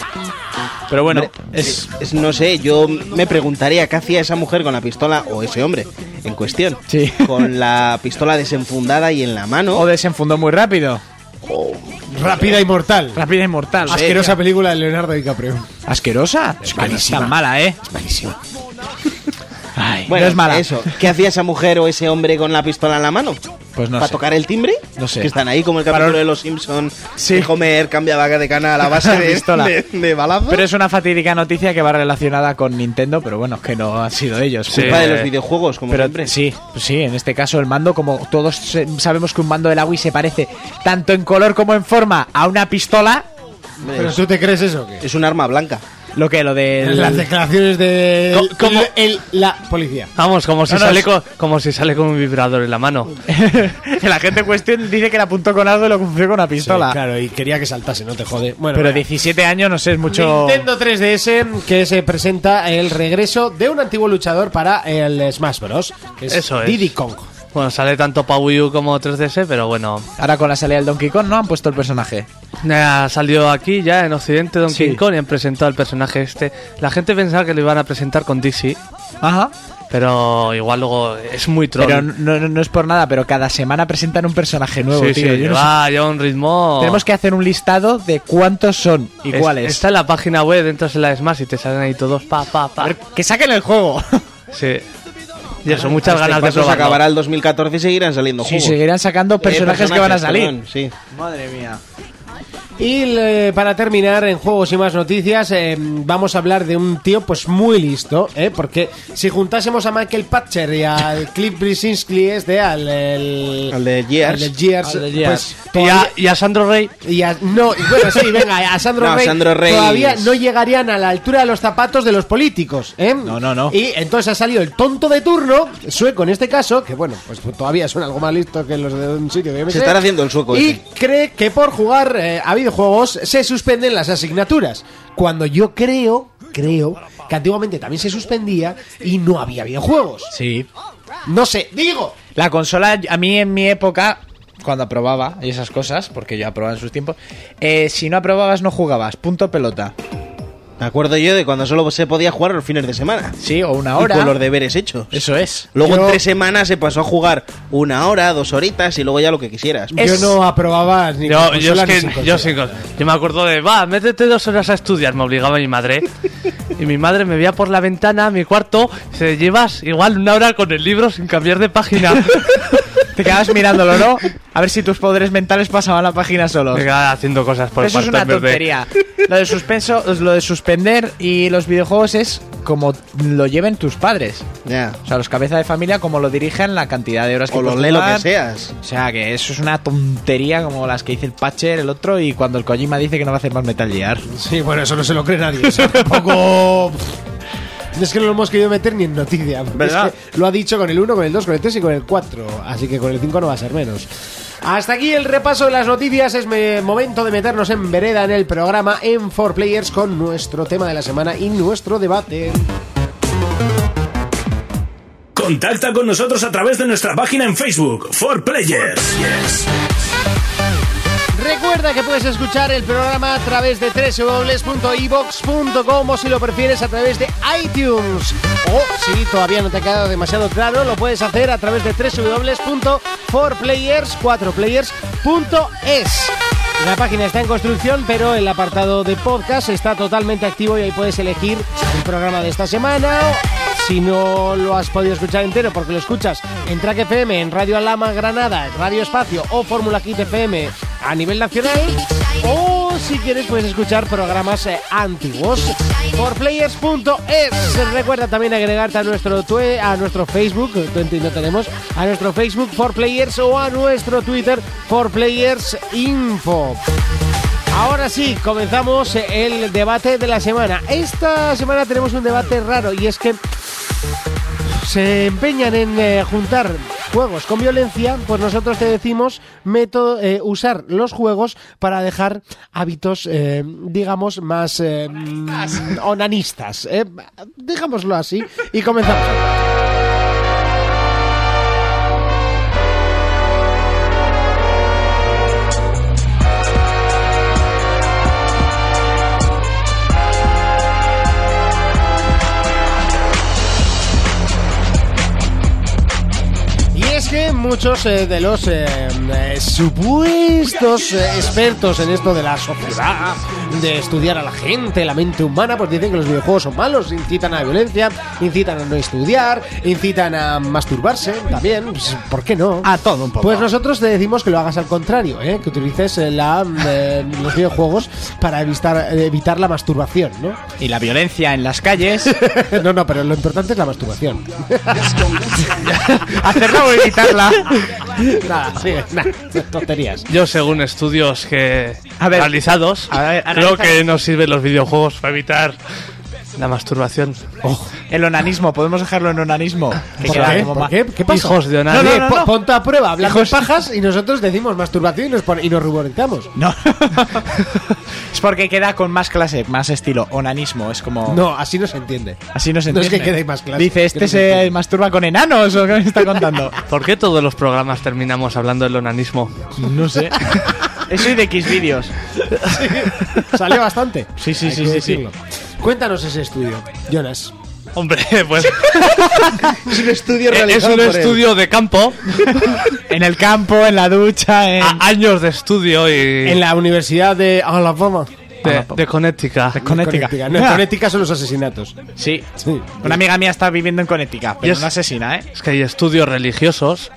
[SPEAKER 3] Pero bueno, es,
[SPEAKER 6] Es- no sé, yo me preguntaría qué hacía esa mujer con la pistola o ese hombre en cuestión.
[SPEAKER 3] Sí.
[SPEAKER 6] Con la pistola desenfundada y en la mano.
[SPEAKER 3] o desenfundó muy rápido.
[SPEAKER 6] Oh.
[SPEAKER 2] Rápida y mortal.
[SPEAKER 3] Rápida y mortal.
[SPEAKER 2] Asquerosa película de Leonardo DiCaprio.
[SPEAKER 3] ¿Asquerosa? Es
[SPEAKER 2] malísima.
[SPEAKER 3] Tan mala, ¿eh?
[SPEAKER 2] Malísima.
[SPEAKER 3] Ay,
[SPEAKER 6] bueno,
[SPEAKER 3] no es mala.
[SPEAKER 6] eso. ¿Qué hacía esa mujer o ese hombre con la pistola en la mano?
[SPEAKER 3] Pues no
[SPEAKER 6] ¿Para
[SPEAKER 3] sé.
[SPEAKER 6] tocar el timbre?
[SPEAKER 3] No sé.
[SPEAKER 6] Que están ahí como el capítulo de los Simpsons.
[SPEAKER 3] Sí.
[SPEAKER 6] Homer cambiaba de canal a base de,
[SPEAKER 3] Pistola.
[SPEAKER 6] de, de balazo.
[SPEAKER 3] Pero es una fatídica noticia que va relacionada con Nintendo, pero bueno, que no han sido ellos.
[SPEAKER 7] Sí.
[SPEAKER 6] culpa de
[SPEAKER 7] eh,
[SPEAKER 6] los videojuegos, como
[SPEAKER 3] Pero
[SPEAKER 6] siempre.
[SPEAKER 3] sí, pues sí, en este caso el mando, como todos se- sabemos que un mando de la Wii se parece tanto en color como en forma a una pistola,
[SPEAKER 6] Hombre,
[SPEAKER 2] ¿Pero tú te crees eso o qué?
[SPEAKER 6] Es un arma blanca.
[SPEAKER 3] lo que lo de...
[SPEAKER 2] Las declaraciones de
[SPEAKER 7] Co- como-
[SPEAKER 2] el- la policía.
[SPEAKER 7] Vamos, como si,
[SPEAKER 3] No, no,
[SPEAKER 7] sale
[SPEAKER 3] es-
[SPEAKER 7] co- como si sale con un vibrador en la mano.
[SPEAKER 3] la gente en cuestión dice que la apuntó con algo y lo confundió con una pistola.
[SPEAKER 2] Sí, claro, y quería que saltase, no te jode. Bueno,
[SPEAKER 3] Pero
[SPEAKER 2] venga.
[SPEAKER 3] 17 años, no sé, es mucho...
[SPEAKER 2] Nintendo 3DS que se presenta el regreso de un antiguo luchador para el Smash Bros. Que es
[SPEAKER 7] Eso es.
[SPEAKER 2] Diddy Kong.
[SPEAKER 7] Bueno, sale tanto para Wii U como 3DS, pero bueno.
[SPEAKER 3] Ahora con la salida del Donkey Kong no han puesto el personaje.
[SPEAKER 7] Ha salido aquí ya en Occidente Donkey
[SPEAKER 3] Sí.
[SPEAKER 7] Kong y han presentado el personaje este. La gente pensaba que lo iban a presentar con Dixie,
[SPEAKER 3] Ajá.
[SPEAKER 7] pero igual luego es muy troll.
[SPEAKER 3] Pero no, no- no es por nada, pero cada semana presentan un personaje nuevo,
[SPEAKER 7] sí,
[SPEAKER 3] tío.
[SPEAKER 7] sí,
[SPEAKER 3] Yo no sé.
[SPEAKER 7] lleva, lleva un ritmo.
[SPEAKER 3] Tenemos que hacer un listado de cuántos son y
[SPEAKER 7] Es-
[SPEAKER 3] cuáles.
[SPEAKER 7] Está en la página web, entras en la de Smash y te salen ahí todos pa, pa, pa.
[SPEAKER 3] A ver, que saquen el juego.
[SPEAKER 7] Sí. Y eso, muchas
[SPEAKER 6] Hasta
[SPEAKER 7] ganas de
[SPEAKER 6] cuándo Este se
[SPEAKER 7] probarlo.
[SPEAKER 6] acabará el 2014 y seguirán saliendo
[SPEAKER 3] Sí,
[SPEAKER 6] juegos.
[SPEAKER 3] seguirán sacando
[SPEAKER 6] Eh,
[SPEAKER 3] personajes, que van a salir.
[SPEAKER 6] perdón, sí.
[SPEAKER 3] Madre mía.
[SPEAKER 2] Y eh, para terminar, en juegos y más noticias, eh, vamos a hablar de un tío pues muy listo, ¿eh? porque si juntásemos a Michael Patcher y al Cliff Brzezinski este, al, el-
[SPEAKER 6] Al de Gears.
[SPEAKER 2] al de Gears,
[SPEAKER 3] Al de Gears.
[SPEAKER 2] pues,
[SPEAKER 7] Y a,
[SPEAKER 2] todavía-
[SPEAKER 7] y a Sandro Rey.
[SPEAKER 2] y a- no, y bueno, sí, venga, a Sandro,
[SPEAKER 6] No,
[SPEAKER 2] Rey,
[SPEAKER 6] Sandro Rey
[SPEAKER 2] todavía
[SPEAKER 6] es-
[SPEAKER 2] no llegarían a la altura de los zapatos de los políticos, ¿eh?
[SPEAKER 3] No, no, no.
[SPEAKER 2] Y entonces ha salido el tonto de turno, sueco en este caso, que bueno, pues todavía son algo más listos que los de un sitio que yo me
[SPEAKER 6] Se
[SPEAKER 2] sé.
[SPEAKER 6] estará haciendo el sueco
[SPEAKER 2] Y
[SPEAKER 6] ese.
[SPEAKER 2] cree que por jugar eh, a videojuegos se suspenden las asignaturas. Cuando yo creo, creo, que antiguamente también se suspendía y no había videojuegos.
[SPEAKER 3] Sí.
[SPEAKER 2] No sé, digo.
[SPEAKER 3] La consola, a mí en mi época, cuando aprobaba y esas cosas, porque yo aprobaba en sus tiempos, eh, si no aprobabas no jugabas. Punto pelota.
[SPEAKER 6] Me acuerdo yo de cuando solo se podía jugar los fines de semana.
[SPEAKER 3] Sí, o una
[SPEAKER 6] Y
[SPEAKER 3] hora.
[SPEAKER 6] con los deberes hechos.
[SPEAKER 3] Eso es.
[SPEAKER 6] Luego
[SPEAKER 2] Yo-
[SPEAKER 6] en tres semanas se pasó a jugar una hora, dos horitas y luego ya lo que quisieras.
[SPEAKER 3] Es-
[SPEAKER 2] Yo no aprobaba ni
[SPEAKER 7] Yo,
[SPEAKER 2] con
[SPEAKER 7] yo, es
[SPEAKER 2] consola ni
[SPEAKER 7] que-
[SPEAKER 2] sin
[SPEAKER 7] yo
[SPEAKER 2] consola.
[SPEAKER 7] sí, yo me acuerdo de, va, métete dos horas a estudiar, me obligaba mi madre. Y mi madre me veía por la ventana a mi cuarto, se llevas igual una hora con el libro sin cambiar de página.
[SPEAKER 3] Te quedabas mirándolo, ¿no? A ver si tus poderes mentales pasaban la página solos.
[SPEAKER 7] me quedaba haciendo cosas por el
[SPEAKER 3] Eso es
[SPEAKER 7] cuarto
[SPEAKER 3] una
[SPEAKER 7] en vez de-
[SPEAKER 3] tontería. Lo de suspenso, lo de suspender y los videojuegos es como lo lleven tus padres.
[SPEAKER 6] Ya.
[SPEAKER 3] O sea, los cabezas de familia como lo dirigen, la cantidad de horas que
[SPEAKER 6] O lo
[SPEAKER 3] puedes
[SPEAKER 6] lee lo
[SPEAKER 3] jugar.
[SPEAKER 6] que seas.
[SPEAKER 3] O sea, que eso es una tontería como las que dice el Patcher, el otro, y cuando el Kojima dice que no va a hacer más Metal Gear.
[SPEAKER 2] Sí, bueno, eso no se lo cree nadie. Eso tampoco. Es que no lo hemos querido meter ni en noticia. porque
[SPEAKER 3] ¿Verdad?
[SPEAKER 2] es que lo ha dicho con el 1, con el 2, con el 3 y con el 4. Así que con el 5 no va a ser menos. Hasta aquí el repaso de las noticias. Es me- momento de meternos en vereda en el programa en 4Players con nuestro tema de la semana y nuestro debate.
[SPEAKER 1] Contacta con nosotros a través de nuestra página en Facebook, For Players.
[SPEAKER 2] Recuerda que puedes escuchar el programa a través de www.ibox.com o si lo prefieres a través de iTunes. O si todavía no te ha quedado demasiado claro, lo puedes hacer a través de www.4players4players.es. La página está en construcción, pero el apartado de podcast está totalmente activo y ahí puedes elegir el programa de esta semana. Si no lo has podido escuchar entero porque lo escuchas en Track FM, en Radio Alama Granada, en Radio Espacio o Fórmula Kit FM a nivel nacional. O si quieres puedes escuchar programas eh, antiguos por players.es. Recuerda también agregarte a nuestro tue- a nuestro Facebook, Twenty no tenemos, a nuestro Facebook for players o a nuestro Twitter for players info. Ahora sí, comenzamos eh, el debate de la semana. Esta semana tenemos un debate raro y es que se empeñan en eh, juntar juegos con violencia, pues nosotros te decimos método, eh, usar los juegos para dejar hábitos, eh, digamos, más eh, mm, onanistas. eh, Dejámoslo así y comenzamos. Y es que muchos eh, de los eh, eh, supuestos eh, expertos en esto de la sociedad, de estudiar a la gente, la mente humana, pues dicen que los videojuegos son malos, incitan a la violencia, incitan a no estudiar, incitan a masturbarse también, pues, ¿por qué no?
[SPEAKER 3] A todo un poco.
[SPEAKER 2] Pues nosotros te decimos que lo hagas al contrario, ¿eh? que utilices eh, la, eh, los videojuegos para evitar, evitar la masturbación, ¿no?
[SPEAKER 3] Y la violencia en las calles.
[SPEAKER 2] no, no, pero lo importante es la masturbación.
[SPEAKER 3] Hacerla o evitarla.
[SPEAKER 2] nada, sí, nada, tonterías.
[SPEAKER 7] Yo, según estudios que
[SPEAKER 3] A ver,
[SPEAKER 7] realizados,
[SPEAKER 3] a ver,
[SPEAKER 7] creo
[SPEAKER 3] analiza-
[SPEAKER 7] que nos sirven los videojuegos para evitar la masturbación.
[SPEAKER 3] Oh. El onanismo, podemos dejarlo en onanismo. Que
[SPEAKER 2] ¿Por
[SPEAKER 3] queda
[SPEAKER 2] qué?
[SPEAKER 3] como
[SPEAKER 2] ¿Por
[SPEAKER 3] ma-
[SPEAKER 2] qué? ¿Qué pasa?
[SPEAKER 7] Hijos de
[SPEAKER 3] No,
[SPEAKER 7] Onani.
[SPEAKER 3] no,
[SPEAKER 2] Oye,
[SPEAKER 3] no,
[SPEAKER 2] po-
[SPEAKER 3] no.
[SPEAKER 2] Ponte a prueba, hablamos pajas y nosotros decimos masturbación y nos, pon- y nos ruborizamos.
[SPEAKER 3] No. es porque queda con más clase, más estilo. Onanismo, es como.
[SPEAKER 2] No, así no se entiende.
[SPEAKER 3] Así no se
[SPEAKER 2] No es
[SPEAKER 3] entiende.
[SPEAKER 2] que quede más clase,
[SPEAKER 3] Dice, este
[SPEAKER 2] creo que
[SPEAKER 3] se
[SPEAKER 2] entiende.
[SPEAKER 3] masturba con enanos o qué me está contando.
[SPEAKER 7] ¿Por qué todos los programas terminamos hablando del onanismo?
[SPEAKER 3] no sé. Eso y de X vídeos.
[SPEAKER 2] Salió bastante.
[SPEAKER 3] Sí, sí,
[SPEAKER 2] Hay
[SPEAKER 3] sí,
[SPEAKER 2] que
[SPEAKER 3] sí, sí.
[SPEAKER 2] decirlo. Cuéntanos ese estudio, Jonas.
[SPEAKER 7] Hombre, pues
[SPEAKER 6] Es un estudio
[SPEAKER 7] es
[SPEAKER 6] realizado
[SPEAKER 7] un
[SPEAKER 6] por él.
[SPEAKER 7] estudio de campo,
[SPEAKER 3] En el campo, en la ducha, en.
[SPEAKER 7] a años de estudio y
[SPEAKER 2] En la Universidad de Alabama.
[SPEAKER 7] de, de Connecticut.
[SPEAKER 3] Ah, Connecticut.
[SPEAKER 2] No, en
[SPEAKER 3] Ah,
[SPEAKER 2] Connecticut son los asesinatos.
[SPEAKER 3] Sí.
[SPEAKER 2] Sí.
[SPEAKER 3] Una amiga mía está viviendo en Connecticut, pero
[SPEAKER 7] Yes.
[SPEAKER 3] no asesina, ¿eh?
[SPEAKER 7] Es que hay estudios religiosos.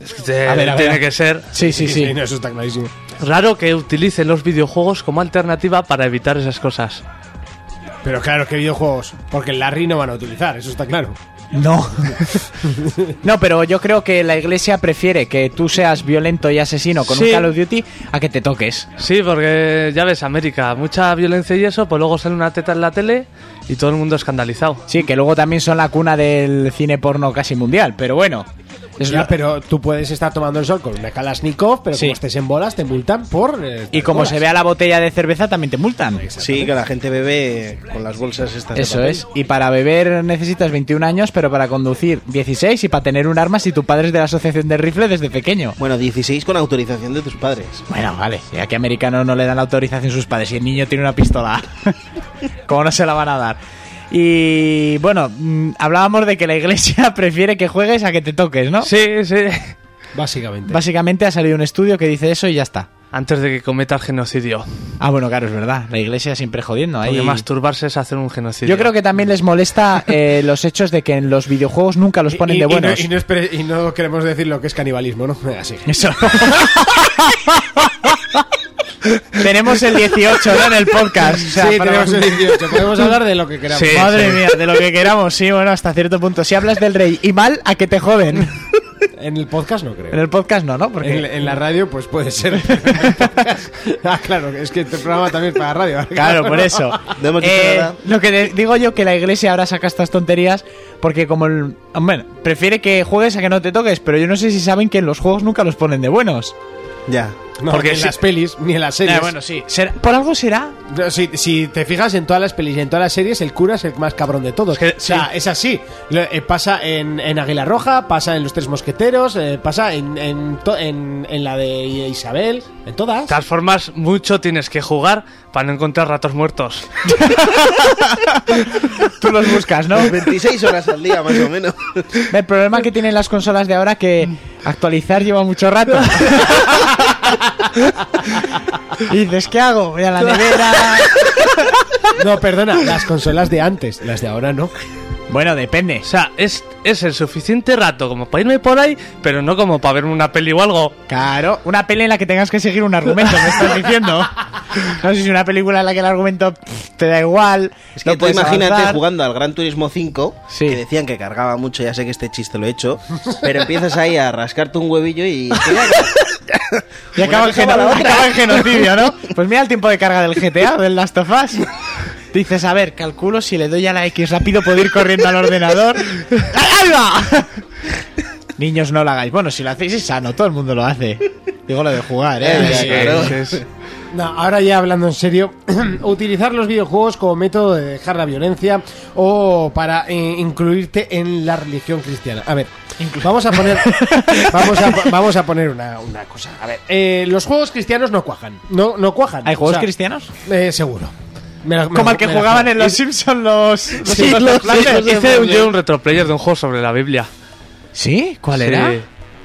[SPEAKER 7] Es que te-
[SPEAKER 3] A ver, a ver,
[SPEAKER 7] tiene
[SPEAKER 3] a ver.
[SPEAKER 7] que ser
[SPEAKER 3] Sí, sí, sí.
[SPEAKER 2] no, eso está clarísimo.
[SPEAKER 7] raro que utilicen los videojuegos como alternativa para evitar esas cosas.
[SPEAKER 2] Pero claro, que videojuegos. Porque el Larry no van a utilizar, eso está claro.
[SPEAKER 3] No. no, pero yo creo que la iglesia prefiere que tú seas violento y asesino con
[SPEAKER 7] Sí.
[SPEAKER 3] un Call of Duty a que te toques.
[SPEAKER 7] Sí, porque ya ves, América, mucha violencia y eso, pues luego sale una teta en la tele y todo el mundo escandalizado.
[SPEAKER 3] Sí, que luego también son la cuna del cine porno casi mundial, pero bueno. Es
[SPEAKER 2] Ya,
[SPEAKER 3] lo-
[SPEAKER 2] pero tú puedes estar tomando el sol con una Kalashnikov, pero
[SPEAKER 3] Sí.
[SPEAKER 2] como estés en bolas, te multan por. eh,
[SPEAKER 3] Y como
[SPEAKER 2] bolas.
[SPEAKER 3] se vea la botella de cerveza, también te multan.
[SPEAKER 6] Sí, que la gente bebe con las bolsas estas. de
[SPEAKER 3] Eso
[SPEAKER 6] papel.
[SPEAKER 3] es. Y para beber necesitas 21 años, pero para conducir 16 y para tener un arma si tu padre es de la asociación de rifle desde pequeño.
[SPEAKER 6] Bueno, 16 con autorización de tus padres.
[SPEAKER 3] Bueno, vale. Ya que americanos no le dan la autorización a sus padres y el niño tiene una pistola, ¿cómo no se la van a dar? Y bueno, mm, hablábamos de que la iglesia prefiere que juegues a que te toques, ¿no?
[SPEAKER 7] Sí, sí.
[SPEAKER 2] Básicamente.
[SPEAKER 3] Básicamente ha salido un estudio que dice eso y ya está.
[SPEAKER 7] Antes de que cometas genocidio.
[SPEAKER 3] Ah, bueno, claro, es verdad. La iglesia siempre jodiendo. Ahí...
[SPEAKER 7] Porque masturbarse es hacer un genocidio.
[SPEAKER 3] Yo creo que también les molesta eh, los hechos de que en los videojuegos nunca los ponen
[SPEAKER 2] Y-
[SPEAKER 3] de
[SPEAKER 2] y no-
[SPEAKER 3] buenos.
[SPEAKER 2] Y no, espere- y no queremos decir lo que es canibalismo, ¿no? Así.
[SPEAKER 3] Eso. tenemos el 18 ¿no? en el podcast. O sea,
[SPEAKER 2] sí,
[SPEAKER 3] para-
[SPEAKER 2] tenemos el 18. Podemos hablar de lo que queramos.
[SPEAKER 7] Sí.
[SPEAKER 3] Madre mía, de lo que queramos, sí, bueno, hasta cierto punto. Si hablas del rey y mal, a que te joden.
[SPEAKER 2] En el podcast no creo.
[SPEAKER 3] En el podcast no, ¿no? Porque
[SPEAKER 2] En, en la radio, pues puede ser. ah, claro, es que este programa también es para radio.
[SPEAKER 3] Claro, por eso. Eh,
[SPEAKER 6] No hemos dicho nada.
[SPEAKER 3] Lo que de- digo yo que la iglesia ahora saca estas tonterías porque como el... Bueno, prefiere que juegues a que no te toques, pero yo no sé si saben que en los juegos nunca los ponen de buenos.
[SPEAKER 6] Ya.
[SPEAKER 2] No,
[SPEAKER 3] Porque
[SPEAKER 2] ni en
[SPEAKER 3] si-
[SPEAKER 2] las pelis, ni en las series.
[SPEAKER 3] Eh, bueno, sí. Será- ¿Por algo será?
[SPEAKER 2] No, Si, si te fijas en todas las pelis y en todas las series, el cura es el más cabrón de todos.
[SPEAKER 7] Es que-
[SPEAKER 2] o sea,
[SPEAKER 7] sí.
[SPEAKER 2] es así. Lo- eh, pasa en, en Águila Roja, pasa en Los Tres Mosqueteros, eh, pasa en, en, to- en- en la de Isabel, en todas.
[SPEAKER 7] De todas formas, mucho tienes que jugar para no encontrar ratos muertos.
[SPEAKER 3] Tú los buscas, ¿no?
[SPEAKER 6] 26 horas al día, más o menos.
[SPEAKER 3] El problema que tienen las consolas de ahora que actualizar lleva mucho rato. y dices, ¿qué hago? Voy a la nevera.
[SPEAKER 2] No, perdona, las consolas de antes, las de ahora no.
[SPEAKER 3] Bueno, depende.
[SPEAKER 7] O sea, es, es el suficiente rato como para irme por ahí, pero no como para verme una peli o algo.
[SPEAKER 3] Claro, una peli en la que tengas que seguir un argumento, me estás diciendo. No sé si una película en la que el argumento pff, te da igual.
[SPEAKER 6] Es que
[SPEAKER 3] no
[SPEAKER 6] tú
[SPEAKER 3] puedes
[SPEAKER 6] pues imagínate
[SPEAKER 3] avanzar.
[SPEAKER 6] jugando al Gran Turismo 5,
[SPEAKER 3] Sí.
[SPEAKER 6] que decían que cargaba mucho, ya sé que este chiste lo he hecho, pero empiezas ahí a rascarte un huevillo y...
[SPEAKER 3] Y acaba, en
[SPEAKER 6] cosa va a la
[SPEAKER 3] geno-
[SPEAKER 6] otra.
[SPEAKER 3] acaba en genocidio, ¿no? Pues mira el tiempo de carga del GTA, o del Last of Us. Dices, a ver, calculo si le doy a la X rápido, puedo ir corriendo al ordenador. ¡Ahí va! Niños, no lo hagáis. Bueno, si lo hacéis es sano, todo el mundo lo hace. Digo lo de jugar, ¿eh?
[SPEAKER 6] Ya, claro.
[SPEAKER 2] No, ahora ya hablando en serio, utilizar los videojuegos como método de dejar la violencia o para eh, incluirte en la religión cristiana. A ver, vamos a poner, vamos a, po- vamos a poner una, una cosa. A ver, eh, los juegos cristianos no cuajan, no, no cuajan.
[SPEAKER 3] ¿Hay juegos
[SPEAKER 2] O sea,
[SPEAKER 3] cristianos?
[SPEAKER 2] eh, seguro. Me la- me
[SPEAKER 3] Como
[SPEAKER 2] la-
[SPEAKER 3] el que
[SPEAKER 2] me la
[SPEAKER 3] jugaban
[SPEAKER 2] juego.
[SPEAKER 3] en Los Simpsons los... los
[SPEAKER 6] Sí,
[SPEAKER 3] hijos de
[SPEAKER 6] los
[SPEAKER 3] Flanders.
[SPEAKER 6] hijos de-
[SPEAKER 7] Hice un, yo un retroplayer de un juego sobre la Biblia.
[SPEAKER 3] ¿Sí? ¿Cuál
[SPEAKER 7] Sí.
[SPEAKER 3] era?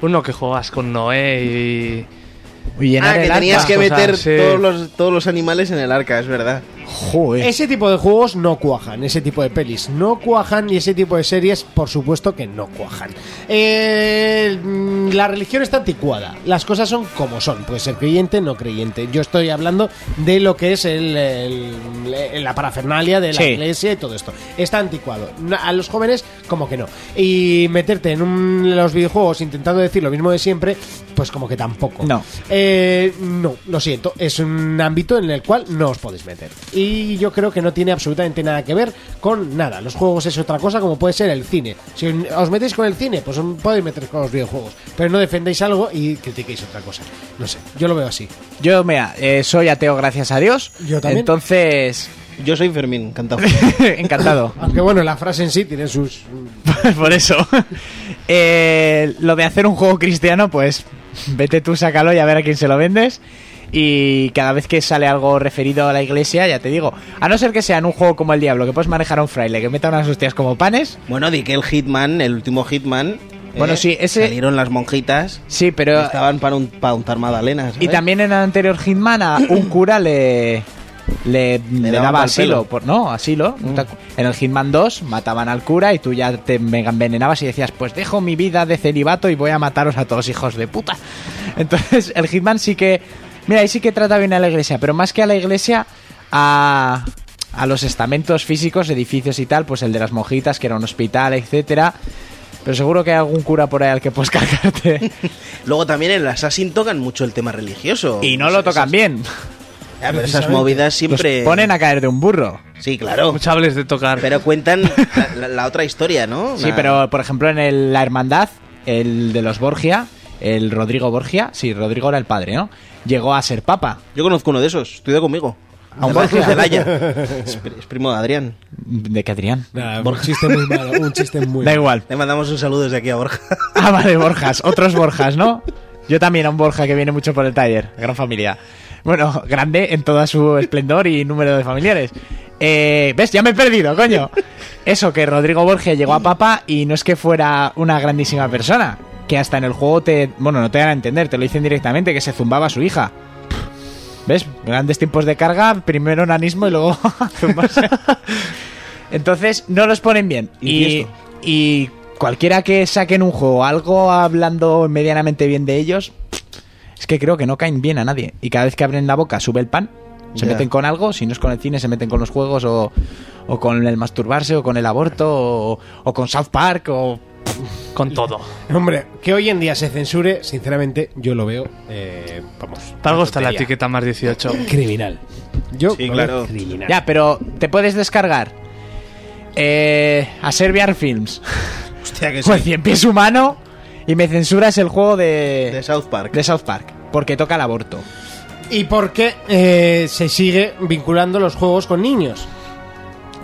[SPEAKER 7] Uno que juegas con Noé y.
[SPEAKER 3] Y llenar
[SPEAKER 6] Ah, que
[SPEAKER 3] el arca.
[SPEAKER 6] tenías que
[SPEAKER 7] o sea,
[SPEAKER 6] meter
[SPEAKER 7] sí.
[SPEAKER 6] todos, los, todos los animales en el arca, es verdad.
[SPEAKER 3] Joder.
[SPEAKER 2] Ese tipo de juegos no cuajan, ese tipo de pelis no cuajan y ese tipo de series, por supuesto que no cuajan. Eh, mm, la religión está anticuada, las cosas son como son, puede ser creyente, no creyente. Yo estoy hablando de lo que es el, el- el- la parafernalia de la
[SPEAKER 3] Sí.
[SPEAKER 2] iglesia y todo esto. Está anticuado. Na- A los jóvenes, como que no. Y meterte en un- los videojuegos intentando decir lo mismo de siempre, pues como que tampoco.
[SPEAKER 3] No.
[SPEAKER 2] Eh, no, lo siento. Es un ámbito en el cual no os podéis meter. Y yo creo que no tiene absolutamente nada que ver con nada. Los juegos es otra cosa, como puede ser el cine. Si os metéis con el cine, pues os podéis meter con los videojuegos. Pero no defendáis algo y critiquéis otra cosa. No sé, yo lo veo así.
[SPEAKER 3] Yo, mira, eh, soy ateo gracias a Dios.
[SPEAKER 2] Yo también.
[SPEAKER 3] Entonces...
[SPEAKER 6] Yo soy Fermín, encantado.
[SPEAKER 3] Encantado.
[SPEAKER 2] Aunque bueno, la frase en sí tiene sus.
[SPEAKER 3] Por eso. Eh, lo de hacer un juego cristiano, pues vete tú, sácalo y a ver a quién se lo vendes. Y cada vez que sale algo referido a la iglesia, ya te digo, a no ser que sea en un juego como el Diablo, que puedes manejar a un fraile, que meta unas hostias como panes.
[SPEAKER 6] Bueno, di que el Hitman, el último Hitman... eh,
[SPEAKER 3] Bueno, sí, ese-
[SPEAKER 6] Salieron las monjitas.
[SPEAKER 3] Sí, pero...
[SPEAKER 6] Estaban para, un, para untar magdalenas.
[SPEAKER 3] Y
[SPEAKER 6] ¿sabes?
[SPEAKER 3] también en el anterior Hitman a un cura le... Le, le
[SPEAKER 6] daban
[SPEAKER 3] daba
[SPEAKER 6] pa'l
[SPEAKER 3] asilo,
[SPEAKER 6] pelo.
[SPEAKER 3] por, no, asilo. En el Hitman 2 mataban al cura y tú ya te mega envenenabas y decías, pues dejo mi vida de celibato y voy a mataros a todos hijos de puta. Entonces el Hitman sí que... Mira, ahí sí que trata bien a la iglesia, pero más que a la iglesia, a, a los estamentos físicos, edificios y tal, pues el de las mojitas, que era un hospital, etcétera Pero seguro que hay algún cura por ahí al que puedes cargarte.
[SPEAKER 6] Luego también en el Assassin tocan mucho el tema religioso.
[SPEAKER 3] y no lo tocan bien.
[SPEAKER 6] Ya, pero esas movidas
[SPEAKER 3] Los
[SPEAKER 6] siempre...
[SPEAKER 3] ponen a caer de un burro.
[SPEAKER 6] Sí, claro.
[SPEAKER 7] Muchas hables de tocar.
[SPEAKER 6] Oh. Pero cuentan la, la- la otra historia, ¿no?
[SPEAKER 3] Sí,
[SPEAKER 6] Una-
[SPEAKER 3] pero por ejemplo en el- la hermandad, el de los Borgia, el Rodrigo Borgia, sí, Rodrigo era el padre, ¿no? Llegó a ser papa.
[SPEAKER 6] Yo conozco uno de esos, estudió conmigo.
[SPEAKER 3] ¿A un
[SPEAKER 6] De la-
[SPEAKER 3] Borgia?
[SPEAKER 6] de Laya. Es, pri- es primo de Adrián.
[SPEAKER 3] ¿De qué Adrián?
[SPEAKER 2] un chiste muy malo, un chiste muy
[SPEAKER 3] Da igual.
[SPEAKER 6] Le mandamos un saludo desde aquí a Borja.
[SPEAKER 3] Ah, vale, Borjas, otros Borjas, ¿no? Yo también a un Borja que viene mucho por el taller, gran familia. Bueno, grande en toda su esplendor y número de familiares. Eh, ¿Ves? Ya me he perdido, coño. Eso, que Rodrigo Borgia llegó a Papa y no es que fuera una grandísima persona. Que hasta en el juego te... Bueno, no te dan a entender, te lo dicen directamente, que se zumbaba a su hija. ¿Ves? Grandes tiempos de carga, primero nanismo y luego zumbarse. Entonces, no los ponen bien. Y,
[SPEAKER 6] Infiesto.
[SPEAKER 3] y cualquiera que saquen un juego, algo hablando medianamente bien de ellos, es que creo que no caen bien a nadie. Y cada vez que abren la boca, sube el pan. Se
[SPEAKER 6] Ya.
[SPEAKER 3] meten con algo, si no es con el cine, se meten con los juegos o, o con el masturbarse o con el aborto o, o con South Park o
[SPEAKER 7] con todo.
[SPEAKER 2] Hombre, que hoy en día se censure, sinceramente, yo lo veo, eh, vamos.
[SPEAKER 7] Para algo está la
[SPEAKER 2] tontería.
[SPEAKER 7] etiqueta más 18.
[SPEAKER 2] Criminal. Yo
[SPEAKER 6] Sí,
[SPEAKER 2] lo
[SPEAKER 6] claro.
[SPEAKER 2] veo criminal.
[SPEAKER 3] Ya, pero te puedes descargar eh, a Serviar Films
[SPEAKER 6] Hostia, que
[SPEAKER 3] con
[SPEAKER 6] sí.
[SPEAKER 3] 100 pies humano y me censuras el juego de,
[SPEAKER 6] De South Park.
[SPEAKER 3] de South Park porque toca el aborto.
[SPEAKER 2] ¿Y por qué eh, se sigue vinculando los juegos con niños?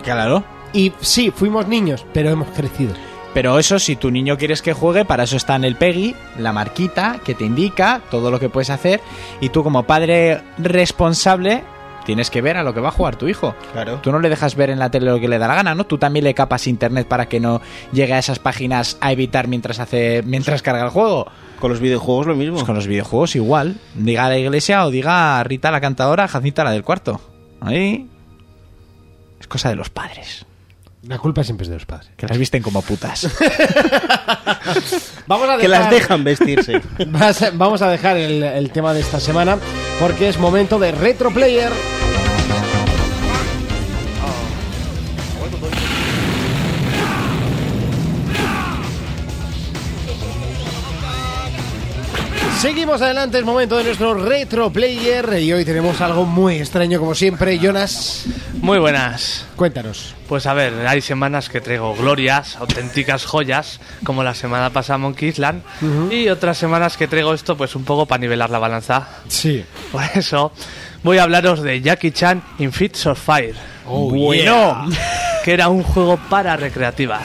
[SPEAKER 3] Claro.
[SPEAKER 2] Y sí, fuimos niños, pero hemos crecido.
[SPEAKER 3] Pero eso, si tu niño quieres que juegue, para eso está en el PEGI, la marquita que te indica todo lo que puedes hacer. Y tú, como padre responsable, tienes que ver a lo que va a jugar tu hijo.
[SPEAKER 6] Claro.
[SPEAKER 3] Tú no le dejas ver en la tele lo que le da la gana, ¿no? Tú también le capas internet para que no llegue a esas páginas a evitar mientras hace mientras carga el juego.
[SPEAKER 6] Con los videojuegos lo mismo.
[SPEAKER 3] Pues con los videojuegos igual. Diga la iglesia o diga Rita la cantadora, Jacinta la del cuarto. Ahí. Es cosa de los padres.
[SPEAKER 2] La culpa siempre es de los padres.
[SPEAKER 3] Que las visten como putas.
[SPEAKER 2] Vamos a
[SPEAKER 6] Que las
[SPEAKER 2] dejar-
[SPEAKER 6] dejan vestirse.
[SPEAKER 2] Vas a- Vamos a dejar el, el tema de esta semana porque es momento de Retro Player. Seguimos adelante, es momento de nuestro Retro Player y hoy tenemos algo muy extraño como siempre. Jonas,
[SPEAKER 7] Muy buenas.
[SPEAKER 2] cuéntanos.
[SPEAKER 7] Pues a ver, hay semanas que traigo glorias, auténticas joyas, como la semana pasada Monkey Island, y otras semanas que traigo esto pues un poco para nivelar la balanza.
[SPEAKER 2] Sí.
[SPEAKER 7] Por eso voy a hablaros de Jackie Chan in Fits of Fire.
[SPEAKER 2] Oh,
[SPEAKER 3] bueno.
[SPEAKER 7] que era un juego para recreativas.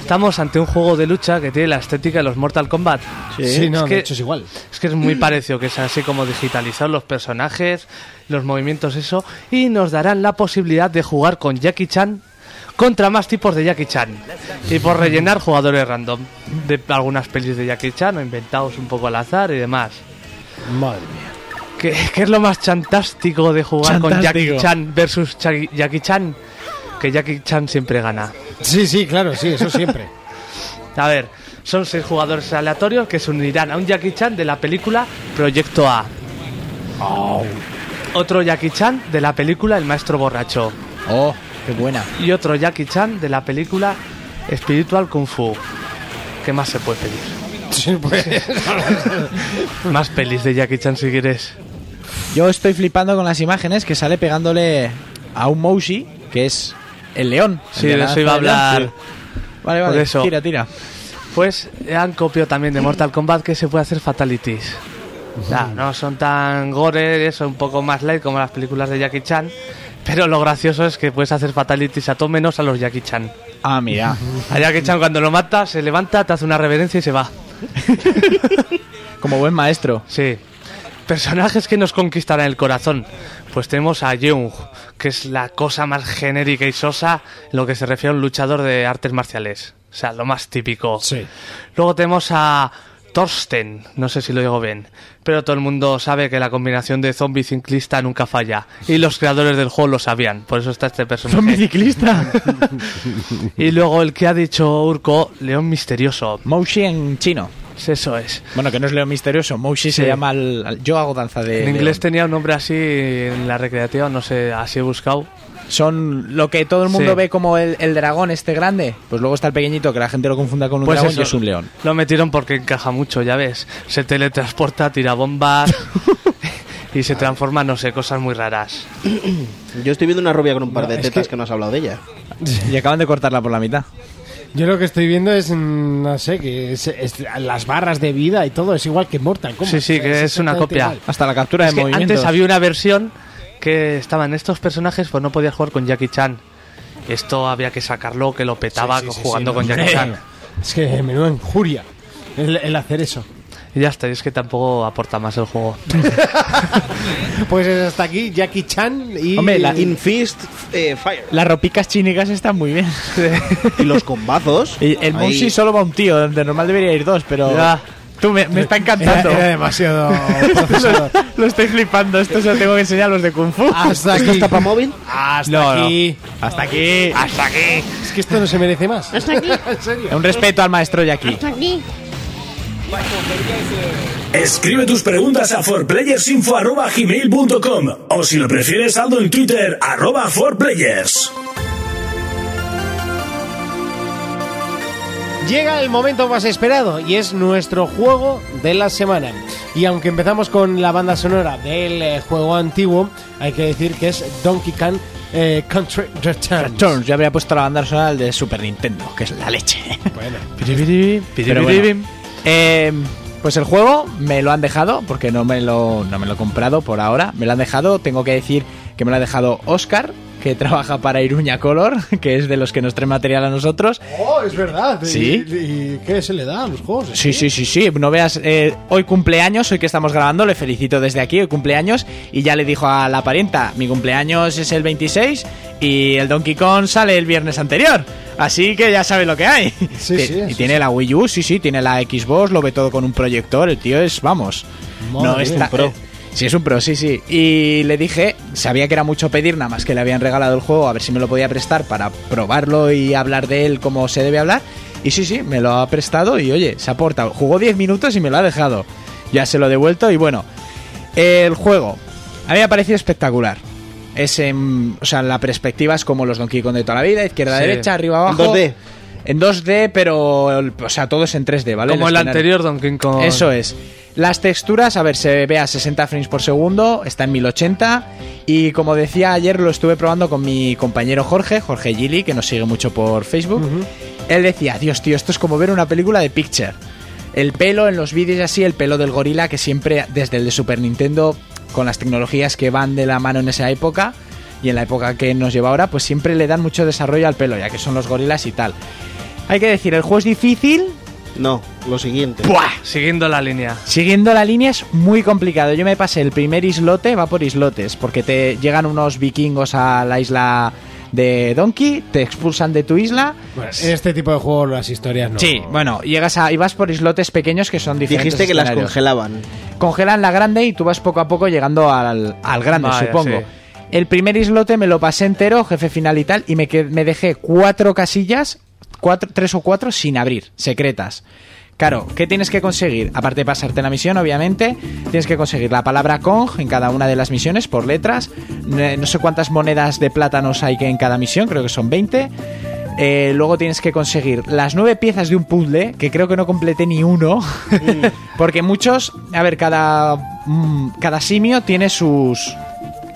[SPEAKER 7] Estamos ante un juego de lucha que tiene la estética de los Mortal Kombat.
[SPEAKER 2] Sí, no,
[SPEAKER 7] es
[SPEAKER 2] de
[SPEAKER 7] que-
[SPEAKER 2] hecho es igual.
[SPEAKER 7] Es que es muy parecido, que es así como digitalizar los personajes, los movimientos, eso, y nos darán la posibilidad de jugar con Jackie Chan contra más tipos de Jackie Chan. Y por rellenar jugadores random de algunas pelis de Jackie Chan o inventados un poco al azar y demás.
[SPEAKER 2] Madre mía.
[SPEAKER 7] ¿Qué, qué es lo más chantástico de jugar con
[SPEAKER 3] Chantástico.
[SPEAKER 7] Jackie Chan versus Chagi- Jackie Chan? Que Jackie Chan siempre gana.
[SPEAKER 2] Sí, sí, claro, sí, eso siempre.
[SPEAKER 7] A ver, son seis jugadores aleatorios que se unirán a un Jackie Chan de la película Proyecto A. Otro Jackie Chan de la película El Maestro Borracho.
[SPEAKER 3] Oh, qué buena.
[SPEAKER 7] Y otro Jackie Chan de la película Spiritual Kung Fu. ¿Qué más se puede pedir?
[SPEAKER 2] Sí, pues.
[SPEAKER 7] Más pelis de Jackie Chan si quieres.
[SPEAKER 3] Yo estoy flipando con las imágenes que sale pegándole a un Moushi, que es el león.
[SPEAKER 7] Sí,
[SPEAKER 3] El
[SPEAKER 7] de eso iba a
[SPEAKER 3] la-
[SPEAKER 7] hablar.
[SPEAKER 3] Vale,
[SPEAKER 7] Por
[SPEAKER 3] vale.
[SPEAKER 7] eso.
[SPEAKER 3] Tira, tira.
[SPEAKER 7] Pues eh, han copiado también de Mortal Kombat que se puede hacer fatalities. Ya, no son tan gore, eso un poco más light como las películas de Jackie Chan. Pero lo gracioso es que puedes hacer fatalities a todo menos a los Jackie Chan.
[SPEAKER 3] Ah, mira.
[SPEAKER 7] A Jackie Chan cuando lo mata se levanta, te hace una reverencia y se va.
[SPEAKER 3] Como buen maestro.
[SPEAKER 7] Sí. Personajes que nos conquistarán el corazón. Pues tenemos a Jung, que es la cosa más genérica y sosa en lo que se refiere a un luchador de artes marciales. O sea, lo más típico.
[SPEAKER 2] Sí.
[SPEAKER 7] Luego tenemos a Thorsten, no sé si lo digo bien, pero todo el mundo sabe que la combinación de zombie y ciclista nunca falla. Y los creadores del juego lo sabían, por eso está este
[SPEAKER 3] Zombie
[SPEAKER 7] personaje.
[SPEAKER 3] ciclista.
[SPEAKER 7] Y luego el que ha dicho Urco, León Misterioso.
[SPEAKER 3] Moushi en chino.
[SPEAKER 7] Pues Eso es.
[SPEAKER 3] Bueno, que no es león misterioso. Moushi se
[SPEAKER 7] Sí.
[SPEAKER 3] llama al, al- Yo hago danza de.
[SPEAKER 7] En inglés
[SPEAKER 3] Eh, león.
[SPEAKER 7] tenía un nombre así en la recreativa, no sé, así he buscado.
[SPEAKER 3] Son lo que todo el mundo
[SPEAKER 7] Sí.
[SPEAKER 3] ve como el, el dragón este grande. Pues luego está el pequeñito que la gente lo confunda con un dragón
[SPEAKER 7] Pues eso,
[SPEAKER 3] y Pues es un león.
[SPEAKER 7] Lo metieron porque encaja mucho, ya ves. Se teletransporta, tira bombas y se transforma, no sé, cosas muy raras.
[SPEAKER 6] Yo estoy viendo una rubia con un par de
[SPEAKER 2] es
[SPEAKER 6] tetas
[SPEAKER 2] que-
[SPEAKER 6] que... no has hablado de ella.
[SPEAKER 3] Y acaban de cortarla por la mitad.
[SPEAKER 2] Yo lo que estoy viendo es, mm, no sé, que es- es- las barras de vida y todo es igual que Mortal Kombat.
[SPEAKER 7] Sí, sí,
[SPEAKER 2] O sea,
[SPEAKER 7] que es una
[SPEAKER 2] exactamente
[SPEAKER 7] copia.
[SPEAKER 2] igual.
[SPEAKER 3] Hasta la captura
[SPEAKER 7] Es
[SPEAKER 3] de
[SPEAKER 7] que
[SPEAKER 3] movimientos.
[SPEAKER 7] antes había una versión que estaban estos personajes, pues no podías jugar con Jackie Chan. Esto había que sacarlo, que lo petaba
[SPEAKER 2] Sí, sí, sí,
[SPEAKER 7] jugando
[SPEAKER 2] sí,
[SPEAKER 7] con
[SPEAKER 2] no,
[SPEAKER 7] Jackie
[SPEAKER 2] hombre.
[SPEAKER 7] Chan.
[SPEAKER 2] Es que menuda injuria el, el hacer eso.
[SPEAKER 7] Y ya está, y es que tampoco aporta más el juego.
[SPEAKER 2] Pues hasta aquí Jackie Chan y...
[SPEAKER 3] Hombre, la-
[SPEAKER 6] In Fist eh, Fire.
[SPEAKER 3] Las ropicas chinigas están muy bien.
[SPEAKER 6] Y los combazos.
[SPEAKER 3] Y el
[SPEAKER 6] Ahí.
[SPEAKER 3] Moushi solo va un tío. De normal debería ir dos, pero.
[SPEAKER 7] Ya.
[SPEAKER 3] Tú me, me está
[SPEAKER 2] Era,
[SPEAKER 3] encantando.
[SPEAKER 2] era demasiado
[SPEAKER 3] lo,
[SPEAKER 2] procesador.
[SPEAKER 3] lo estoy flipando. Esto se lo tengo que enseñar a los de Kung Fu.
[SPEAKER 2] Hasta
[SPEAKER 6] ¿Esto
[SPEAKER 2] aquí.
[SPEAKER 6] está para móvil?
[SPEAKER 2] Hasta
[SPEAKER 3] No, no.
[SPEAKER 2] aquí.
[SPEAKER 3] Hasta aquí.
[SPEAKER 2] Es que esto no se merece más. Hasta aquí. en serio.
[SPEAKER 3] Un respeto al maestro Jackie.
[SPEAKER 1] Escribe tus preguntas a forplayersinfo@gmail.com o si lo prefieres saldo en Twitter arroba forplayers.
[SPEAKER 2] Llega el momento más esperado y es nuestro juego de la semana. Y aunque empezamos con la banda sonora del eh, juego antiguo, hay que decir que es Donkey Kong eh, Country Returns.
[SPEAKER 3] Returns, yo habría puesto la banda sonora de Super Nintendo, que es la leche.
[SPEAKER 2] Bueno,
[SPEAKER 3] Pero bueno, eh, pues el juego me lo han dejado, porque no me lo, no me lo he comprado por ahora. Me lo han dejado, tengo que decir que me lo ha dejado Oscar, que trabaja para Iruña Color, que es de los que nos trae material a nosotros.
[SPEAKER 2] Oh, es verdad.
[SPEAKER 3] Sí.
[SPEAKER 2] ¿Y, y qué se le da a los juegos?
[SPEAKER 3] Sí, sí, sí, sí. No veas, eh, hoy cumpleaños, hoy que estamos grabando, le felicito desde aquí, hoy cumpleaños. Y ya le dijo a la parienta, mi cumpleaños es el 26 y el Donkey Kong sale el viernes anterior. Así que ya sabe lo que hay.
[SPEAKER 2] Sí,
[SPEAKER 3] Ti-
[SPEAKER 2] sí,
[SPEAKER 3] y
[SPEAKER 2] sí,
[SPEAKER 3] tiene la Wii U, sí, sí, tiene la Xbox, lo ve todo con un proyector, el tío es, vamos.
[SPEAKER 2] Madre
[SPEAKER 3] no
[SPEAKER 2] mía,
[SPEAKER 3] está
[SPEAKER 2] un pro.
[SPEAKER 3] eh, Sí, es un pro, sí, sí. Y le dije, sabía que era mucho pedir, nada más que le habían regalado el juego, a ver si me lo podía prestar para probarlo y hablar de él como se debe hablar. Y sí, sí, me lo ha prestado y oye, se ha portado. Jugó 10 minutos y me lo ha dejado. Ya se lo he devuelto y bueno. El juego, a mí me ha parecido espectacular. Es en, o sea, la perspectiva es como los Donkey Kong de toda la vida, izquierda,
[SPEAKER 7] Sí.
[SPEAKER 3] derecha, arriba, abajo.
[SPEAKER 6] En 2D.
[SPEAKER 3] En 2D, pero, el- o sea, todo es en 3D, ¿vale?
[SPEAKER 7] Como el
[SPEAKER 3] escenario.
[SPEAKER 7] anterior Donkey Kong.
[SPEAKER 3] Eso es. Las texturas, a ver, se ve a 60 frames por segundo, está en 1080 y como decía ayer lo estuve probando con mi compañero Jorge, Jorge Gili, que nos sigue mucho por Facebook. Él decía, Dios tío, esto es como ver una película de Picture. El pelo en los vídeos y así, el pelo del gorila que siempre desde el de Super Nintendo, con las tecnologías que van de la mano en esa época y en la época que nos lleva ahora, pues siempre le dan mucho desarrollo al pelo, ya que son los gorilas y tal. Hay que decir, el juego es difícil.
[SPEAKER 6] No, lo siguiente.
[SPEAKER 3] ¡Buah!
[SPEAKER 7] Siguiendo la línea.
[SPEAKER 3] Siguiendo la línea es muy complicado. Yo me pasé el primer islote, va por islotes, porque te llegan unos vikingos a la isla de Donkey, te expulsan de tu isla.
[SPEAKER 2] Bueno, en este tipo de juegos las historias no.
[SPEAKER 3] Sí, bueno, llegas a y vas por islotes pequeños que son diferentes.
[SPEAKER 6] Dijiste que las
[SPEAKER 3] escenarios.
[SPEAKER 6] congelaban.
[SPEAKER 3] Congelan la grande y tú vas poco a poco llegando al, al grande,
[SPEAKER 7] Vaya,
[SPEAKER 3] supongo.
[SPEAKER 7] sí.
[SPEAKER 3] El primer islote me lo pasé entero, jefe final y tal, y me, qued- me dejé cuatro casillas, cuatro, tres o cuatro sin abrir, secretas. Claro, ¿qué tienes que conseguir? Aparte de pasarte la misión, obviamente, tienes que conseguir la palabra Kong en cada una de las misiones por letras. Eh, No sé cuántas monedas de plátanos hay que en cada misión, creo que son 20. Eh, luego tienes que conseguir las nueve piezas de un puzzle, que creo que no completé ni uno. Porque muchos, a ver, cada, mm, cada simio tiene sus,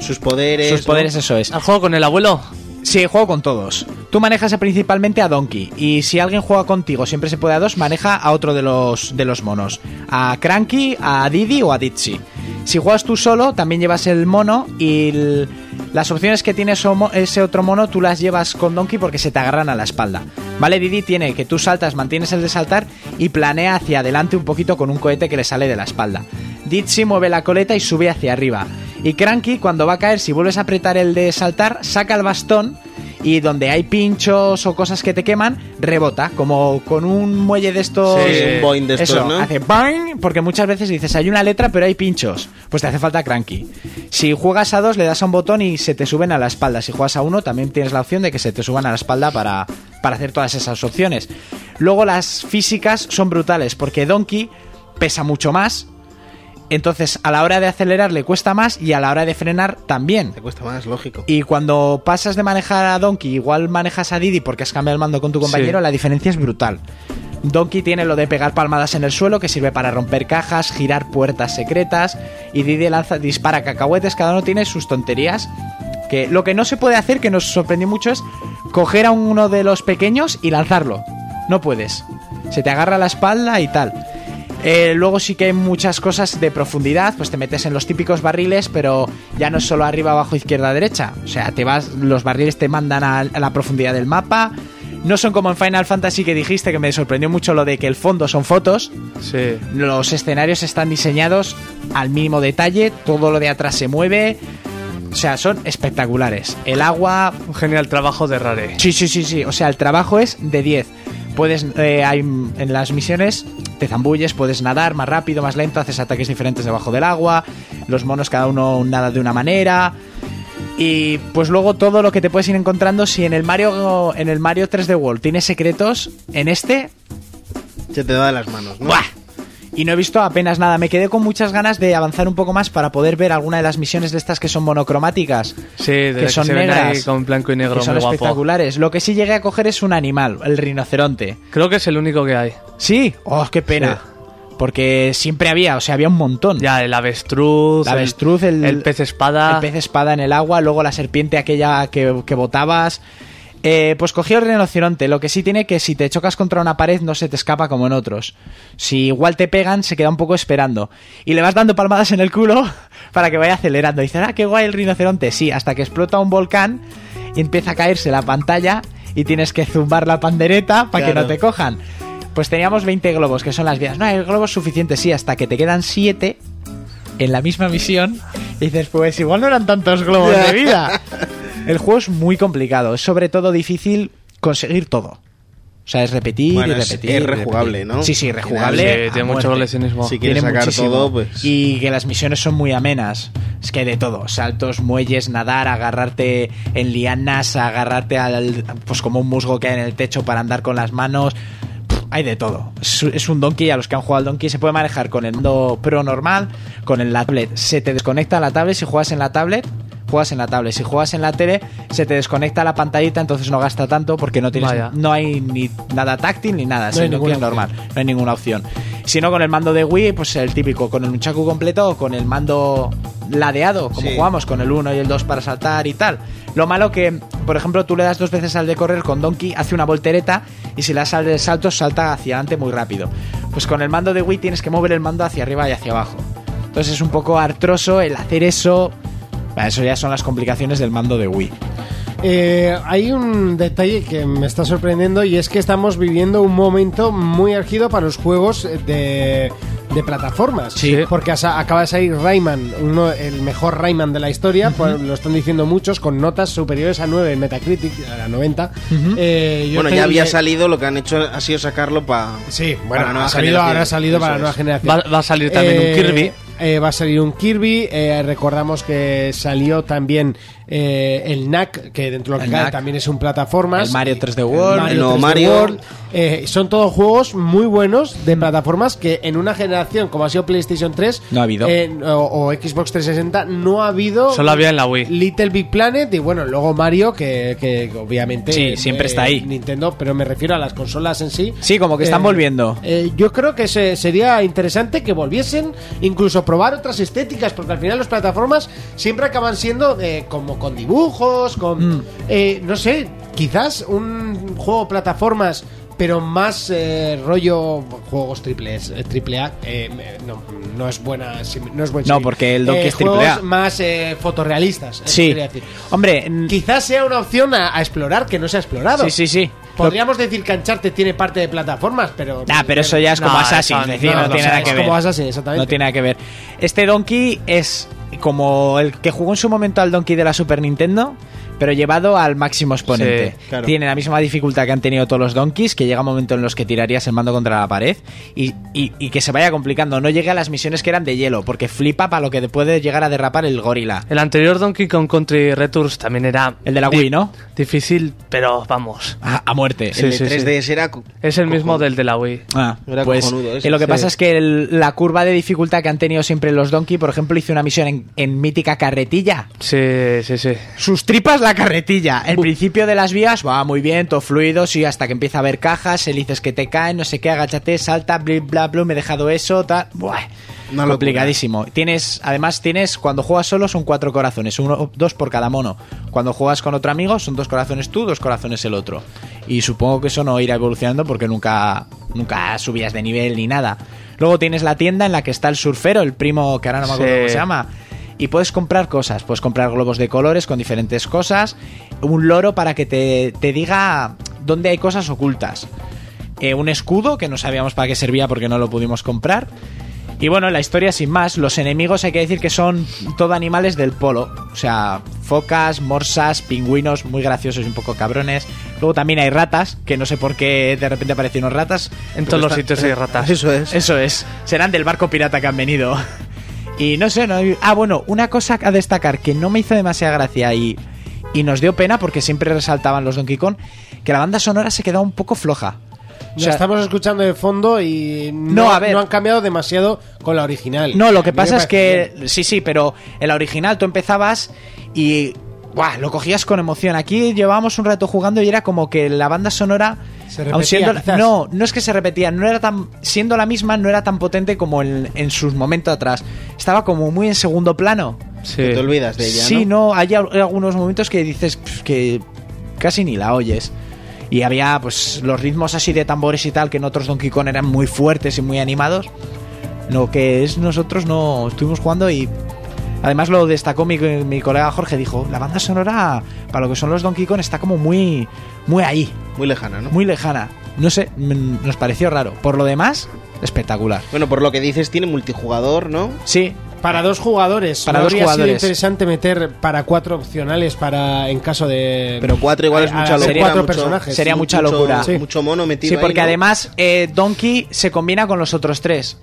[SPEAKER 6] Sus poderes.
[SPEAKER 3] sus
[SPEAKER 6] ¿no?
[SPEAKER 3] poderes, eso es.
[SPEAKER 7] ¿Al juego con el abuelo?
[SPEAKER 3] Sí, juego con todos. Tú manejas a- principalmente a Donkey. Y si alguien juega contigo, siempre se puede a dos, maneja a otro de los, de los monos. A Cranky, a Didi o a Ditsy. Si juegas tú solo, también llevas el mono y el- las opciones que tiene eso mo- ese otro mono tú las llevas con Donkey porque se te agarran a la espalda. ¿Vale? Didi tiene que tú saltas, mantienes el de saltar y planea hacia adelante un poquito con un cohete que le sale de la espalda. Ditsy mueve la coleta y sube hacia arriba. Y Cranky, cuando va a caer, si vuelves a apretar el de saltar, saca el bastón y donde hay pinchos o cosas que te queman, rebota, como con un muelle de estos...
[SPEAKER 6] Sí, un boing de estos,
[SPEAKER 3] Eso,
[SPEAKER 6] ¿no?
[SPEAKER 3] hace bang, porque muchas veces dices, hay una letra pero hay pinchos, pues te hace falta Cranky. Si juegas a dos, le das a un botón y se te suben a la espalda. Si juegas a uno, también tienes la opción de que se te suban a la espalda para, para hacer todas esas opciones. Luego las físicas son brutales, porque Donkey pesa mucho más, entonces a la hora de acelerar le cuesta más y a la hora de frenar también.
[SPEAKER 6] Te cuesta más, lógico.
[SPEAKER 3] Y cuando pasas de manejar a Donkey, igual manejas a Didi porque has cambiado el mando con tu compañero,
[SPEAKER 7] Sí.
[SPEAKER 3] la diferencia es brutal. Donkey tiene lo de pegar palmadas en el suelo que sirve para romper cajas, girar puertas secretas y Didi lanza, dispara cacahuetes, cada uno tiene sus tonterías. Que lo que no se puede hacer, que nos sorprendió mucho, es coger a uno de los pequeños y lanzarlo. No puedes. Se te agarra la espalda y tal. Eh, luego sí que hay muchas cosas de profundidad, pues te metes en los típicos barriles, pero ya no es solo arriba, abajo, izquierda, derecha. O sea, te vas, los barriles te mandan a, a la profundidad del mapa. No son como en Final Fantasy que dijiste que me sorprendió mucho lo de que el fondo son fotos.
[SPEAKER 7] Sí.
[SPEAKER 3] Los escenarios están diseñados al mínimo detalle, todo lo de atrás se mueve. O sea, son espectaculares. El agua,
[SPEAKER 7] Un genial trabajo de Rare.
[SPEAKER 3] Sí, sí, sí, sí. O sea, el trabajo es de 10. Puedes, eh, hay- en las misiones te zambulles, puedes nadar más rápido, más lento, haces ataques diferentes debajo del agua, los monos cada uno nada de una manera. Y pues luego todo lo que te puedes ir encontrando, si en el Mario, en el Mario 3D World tienes secretos, en este
[SPEAKER 6] Se te da de las manos, ¿no?
[SPEAKER 3] ¡Buah! y no he visto apenas nada. Me quedé con muchas ganas de avanzar un poco más para poder ver alguna de las misiones de estas que son monocromáticas.
[SPEAKER 7] Sí, de las
[SPEAKER 3] que
[SPEAKER 7] que
[SPEAKER 3] son
[SPEAKER 7] se ven
[SPEAKER 3] negras.
[SPEAKER 7] ahí con blanco y negro,
[SPEAKER 3] que son
[SPEAKER 7] muy guapo.
[SPEAKER 3] espectaculares. Lo que sí llegué a coger es un animal, el rinoceronte.
[SPEAKER 7] Creo que es el único que hay.
[SPEAKER 3] Sí, oh, qué pena. Porque siempre había, o sea, había un montón.
[SPEAKER 7] Ya, el avestruz.
[SPEAKER 3] El avestruz, el-
[SPEAKER 7] el pez espada.
[SPEAKER 3] El pez espada en el agua, luego la serpiente aquella que, que botabas. Eh, pues cogí el rinoceronte. Lo que sí tiene que si te chocas contra una pared no se te escapa como en otros. Si igual te pegan, se queda un poco esperando. Y le vas dando palmadas en el culo para que vaya acelerando. Y dices, ah, qué guay el rinoceronte. Sí, hasta que explota un volcán y empieza a caerse la pantalla y tienes que zumbar la pandereta para que
[SPEAKER 6] Claro.
[SPEAKER 3] no te cojan. Pues teníamos 20 globos, que son las vidas. No, hay globos suficientes, sí, hasta que te quedan 7 en la misma misión y dices, pues igual no eran tantos globos de vida. El juego es muy complicado, es sobre todo difícil conseguir todo. O sea, es repetir
[SPEAKER 6] Bueno,
[SPEAKER 3] y
[SPEAKER 6] es-
[SPEAKER 3] repetir.
[SPEAKER 6] es
[SPEAKER 3] y repetir.
[SPEAKER 6] rejugable, ¿no?
[SPEAKER 3] Sí, sí,
[SPEAKER 6] Al final,
[SPEAKER 3] rejugable.
[SPEAKER 7] Sí,
[SPEAKER 3] a
[SPEAKER 7] tiene mucho
[SPEAKER 3] Ah, muerte.
[SPEAKER 7] coleccionismo.
[SPEAKER 6] Sí, Si quieres
[SPEAKER 3] Tiene
[SPEAKER 6] sacar
[SPEAKER 3] muchísimo.
[SPEAKER 6] todo, pues-
[SPEAKER 3] Y que las misiones son muy amenas. Es que hay de todo. Saltos, muelles, nadar, agarrarte en lianas, agarrarte al... Pues como un musgo que hay en el techo para andar con las manos. Pff, Hay de todo. Es, es un donkey. A los que han jugado al donkey se puede manejar con el mando pro normal, con el la tablet. Se te desconecta la tablet si juegas en la tablet. Juegas en la tablet. Si juegas en la tele, se te desconecta la pantallita, entonces no gasta tanto porque no tienes,
[SPEAKER 7] Vaya.
[SPEAKER 3] no hay ni nada táctil ni nada.
[SPEAKER 2] No
[SPEAKER 3] Sí,
[SPEAKER 2] hay
[SPEAKER 3] no
[SPEAKER 2] ninguna
[SPEAKER 3] quiero
[SPEAKER 2] opción.
[SPEAKER 3] normal, no hay ninguna opción. Si no, con el mando de Wii, pues el típico, con el nunchaku completo o con el mando ladeado, como
[SPEAKER 6] Sí.
[SPEAKER 3] jugamos, con el 1 y el 2 para saltar y tal. Lo malo que, por ejemplo, tú le das dos veces al de correr con Donkey, hace una voltereta y si le das al de salto, salta hacia adelante muy rápido. Pues con el mando de Wii tienes que mover el mando hacia arriba y hacia abajo. Entonces es un poco artroso el hacer eso. Bueno, eso ya son las complicaciones del mando de Wii.
[SPEAKER 2] Eh, hay un detalle que me está sorprendiendo y es que estamos viviendo un momento muy álgido para los juegos de, de plataformas.
[SPEAKER 7] Sí.
[SPEAKER 2] Porque asa- acaba de salir Rayman, uno, el mejor Rayman de la historia, pues, lo están diciendo muchos, con notas superiores a 9 en Metacritic, a la 90. Eh, yo
[SPEAKER 6] Bueno,
[SPEAKER 2] estoy-
[SPEAKER 6] ya había
[SPEAKER 2] eh,
[SPEAKER 6] salido, lo que han hecho ha sido sacarlo para.
[SPEAKER 2] Sí, bueno, ha salido, ahora ha salido para la nueva generación.
[SPEAKER 7] Va- va a salir también un Kirby.
[SPEAKER 2] eh, va a salir un Kirby. eh, recordamos que salió también eh, el NAC, que dentro de lo que
[SPEAKER 3] El
[SPEAKER 2] cabe
[SPEAKER 3] NAC.
[SPEAKER 2] también es un plataformas.
[SPEAKER 3] El Mario 3D World,
[SPEAKER 6] el nuevo
[SPEAKER 2] 3D
[SPEAKER 6] Mario.
[SPEAKER 2] World. Eh, son todos juegos muy buenos de plataformas que en una generación como ha sido PlayStation 3
[SPEAKER 3] No ha habido.
[SPEAKER 2] eh, o, o Xbox 360 no ha habido.
[SPEAKER 7] Solo había en la Wii.
[SPEAKER 2] Little Big Planet y bueno, luego Mario, que, que obviamente. eh,
[SPEAKER 3] Sí, siempre está ahí.
[SPEAKER 2] Nintendo, pero me refiero a las consolas en sí.
[SPEAKER 3] Sí, como que están volviendo.
[SPEAKER 2] Eh, yo creo que se- sería interesante que volviesen, incluso probar otras estéticas, porque al final las plataformas siempre acaban siendo eh, como con dibujos, con...
[SPEAKER 3] Mm.
[SPEAKER 2] eh, no sé, quizás un juego plataformas, pero más eh, rollo juegos triples, eh, triple A. eh, me- no, no es buena... sim- No, es buen
[SPEAKER 3] No,
[SPEAKER 2] símil.
[SPEAKER 3] porque el Donkey es triple
[SPEAKER 2] juegos
[SPEAKER 3] A.
[SPEAKER 2] más eh, fotorrealistas. eso
[SPEAKER 3] Sí.
[SPEAKER 2] quería decir.
[SPEAKER 3] Hombre, n-
[SPEAKER 2] Quizás sea una opción a, a explorar que no se ha explorado.
[SPEAKER 3] sí, sí, sí.
[SPEAKER 2] Podríamos decir que Uncharted tiene parte de plataformas, pero.
[SPEAKER 3] Ah, pero eso ya es como
[SPEAKER 7] No,
[SPEAKER 3] Assassin,
[SPEAKER 7] eso
[SPEAKER 3] es decir,
[SPEAKER 7] no,
[SPEAKER 3] no,
[SPEAKER 7] no,
[SPEAKER 3] tiene
[SPEAKER 7] o sea,
[SPEAKER 3] nada que
[SPEAKER 2] es
[SPEAKER 3] ver.
[SPEAKER 2] como Assassin, exactamente.
[SPEAKER 3] No tiene nada que ver. Este Donkey es como el que jugó en su momento al Donkey de la Super Nintendo, pero llevado al máximo exponente.
[SPEAKER 6] Sí, claro.
[SPEAKER 3] Tiene la misma dificultad que han tenido todos los Donkeys, que llega un momento en los que tirarías el mando contra la pared y, y- y que se vaya complicando. No llegue a las misiones que eran de hielo, porque flipa para lo que puede llegar a derrapar el gorila.
[SPEAKER 7] El anterior Donkey Kong Country Returns también era.
[SPEAKER 3] El de la
[SPEAKER 7] di-
[SPEAKER 3] Wii, ¿no?
[SPEAKER 7] Difícil, pero vamos.
[SPEAKER 3] A, a muerte.
[SPEAKER 7] Sí,
[SPEAKER 6] El
[SPEAKER 7] sí,
[SPEAKER 6] de
[SPEAKER 7] sí.
[SPEAKER 6] 3DS era. co-
[SPEAKER 7] Es el mismo
[SPEAKER 6] cojonudo.
[SPEAKER 7] del de la Wii.
[SPEAKER 3] Ah,
[SPEAKER 6] Era
[SPEAKER 3] pues
[SPEAKER 6] cojonudo ese,
[SPEAKER 3] eh, lo que
[SPEAKER 6] sí.
[SPEAKER 3] pasa es que el- la curva de dificultad que han tenido siempre los Donkey, por ejemplo, hice una misión en, en mítica carretilla.
[SPEAKER 7] Sí, sí, sí.
[SPEAKER 3] Sus tripas la carretilla. El principio de las vías va muy bien, todo fluido, sí, hasta que empieza a haber cajas, hélices que te caen, no sé qué, agáchate, salta, bla, bla, bla, me he dejado eso, tal. Buah.
[SPEAKER 6] Una locura.
[SPEAKER 3] Complicadísimo. Tienes, además tienes, cuando juegas solo son cuatro corazones, uno, dos por cada mono. Cuando juegas con otro amigo son dos corazones tú, dos corazones el otro. Y supongo que eso no irá evolucionando porque nunca, nunca subías de nivel ni nada. Luego tienes la tienda en la que está el surfero, el primo que ahora no me acuerdo
[SPEAKER 7] Sí.
[SPEAKER 3] cómo se llama. Y puedes comprar cosas, puedes comprar globos de colores con diferentes cosas, un loro para que te, te diga dónde hay cosas ocultas. Eh, un escudo que no sabíamos para qué servía porque no lo pudimos comprar. Y bueno, la historia sin más, los enemigos hay que decir que son todo animales del polo, o sea, focas, morsas, pingüinos, muy graciosos y un poco cabrones. Luego también hay ratas, que no sé por qué de repente aparecieron ratas.
[SPEAKER 7] En todos los sitios hay ratas.
[SPEAKER 6] Eso es.
[SPEAKER 3] Eso es, serán del barco pirata que han venido. Y no sé, no... ah, bueno, una cosa a destacar que no me hizo demasiada gracia y, y nos dio pena porque siempre resaltaban los Donkey Kong, que la banda sonora se quedaba un poco floja. O
[SPEAKER 2] La
[SPEAKER 3] sea,
[SPEAKER 2] estamos escuchando de fondo y no,
[SPEAKER 3] No, a ver.
[SPEAKER 2] no han cambiado demasiado con la original.
[SPEAKER 3] No, lo que
[SPEAKER 2] A mí me
[SPEAKER 3] pasa es
[SPEAKER 2] parece
[SPEAKER 3] que. Sí, sí, pero en la original tú empezabas y. ¡buah! Lo cogías con emoción. Aquí llevábamos un rato jugando y era como que la banda sonora.
[SPEAKER 2] Se
[SPEAKER 3] aun
[SPEAKER 2] repetía,
[SPEAKER 3] siendo-
[SPEAKER 2] quizás.
[SPEAKER 3] no, no es que se repetía, no era tan. Siendo la misma, no era tan potente como en, en sus momentos atrás. Estaba como muy en segundo plano.
[SPEAKER 7] Sí.
[SPEAKER 6] Que te olvidas de ella.
[SPEAKER 3] Sí,
[SPEAKER 6] ¿no?
[SPEAKER 3] no, hay al- algunos momentos que dices pf, que casi ni la oyes. Y había pues los ritmos así de tambores y tal que en otros Donkey Kong eran muy fuertes y muy animados. Lo que es nosotros no estuvimos jugando y además lo destacó mi, mi colega Jorge dijo, la banda sonora para lo que son los Donkey Kong está como muy muy ahí,
[SPEAKER 6] Muy lejana, ¿no?
[SPEAKER 3] muy lejana. No sé, mm, nos pareció raro. Por lo demás, espectacular.
[SPEAKER 6] Bueno, por lo que dices, tiene multijugador, ¿no?
[SPEAKER 3] Sí,
[SPEAKER 2] Para dos jugadores.
[SPEAKER 3] Para
[SPEAKER 2] ¿No
[SPEAKER 3] dos
[SPEAKER 2] habría sido
[SPEAKER 3] jugadores.
[SPEAKER 2] interesante meter para cuatro opcionales para en caso de.
[SPEAKER 6] Pero cuatro igual
[SPEAKER 2] a-
[SPEAKER 6] es
[SPEAKER 2] a-
[SPEAKER 6] mucha
[SPEAKER 2] a-
[SPEAKER 6] locura.
[SPEAKER 2] cuatro
[SPEAKER 6] mucho-
[SPEAKER 2] personajes.
[SPEAKER 3] sería
[SPEAKER 2] Sí.
[SPEAKER 3] mucha
[SPEAKER 6] mucho-
[SPEAKER 3] locura.
[SPEAKER 2] Sí.
[SPEAKER 6] Mucho mono metido
[SPEAKER 3] Sí,
[SPEAKER 6] ahí,
[SPEAKER 3] porque
[SPEAKER 6] ¿no?
[SPEAKER 3] además eh, Donkey se combina con los otros tres.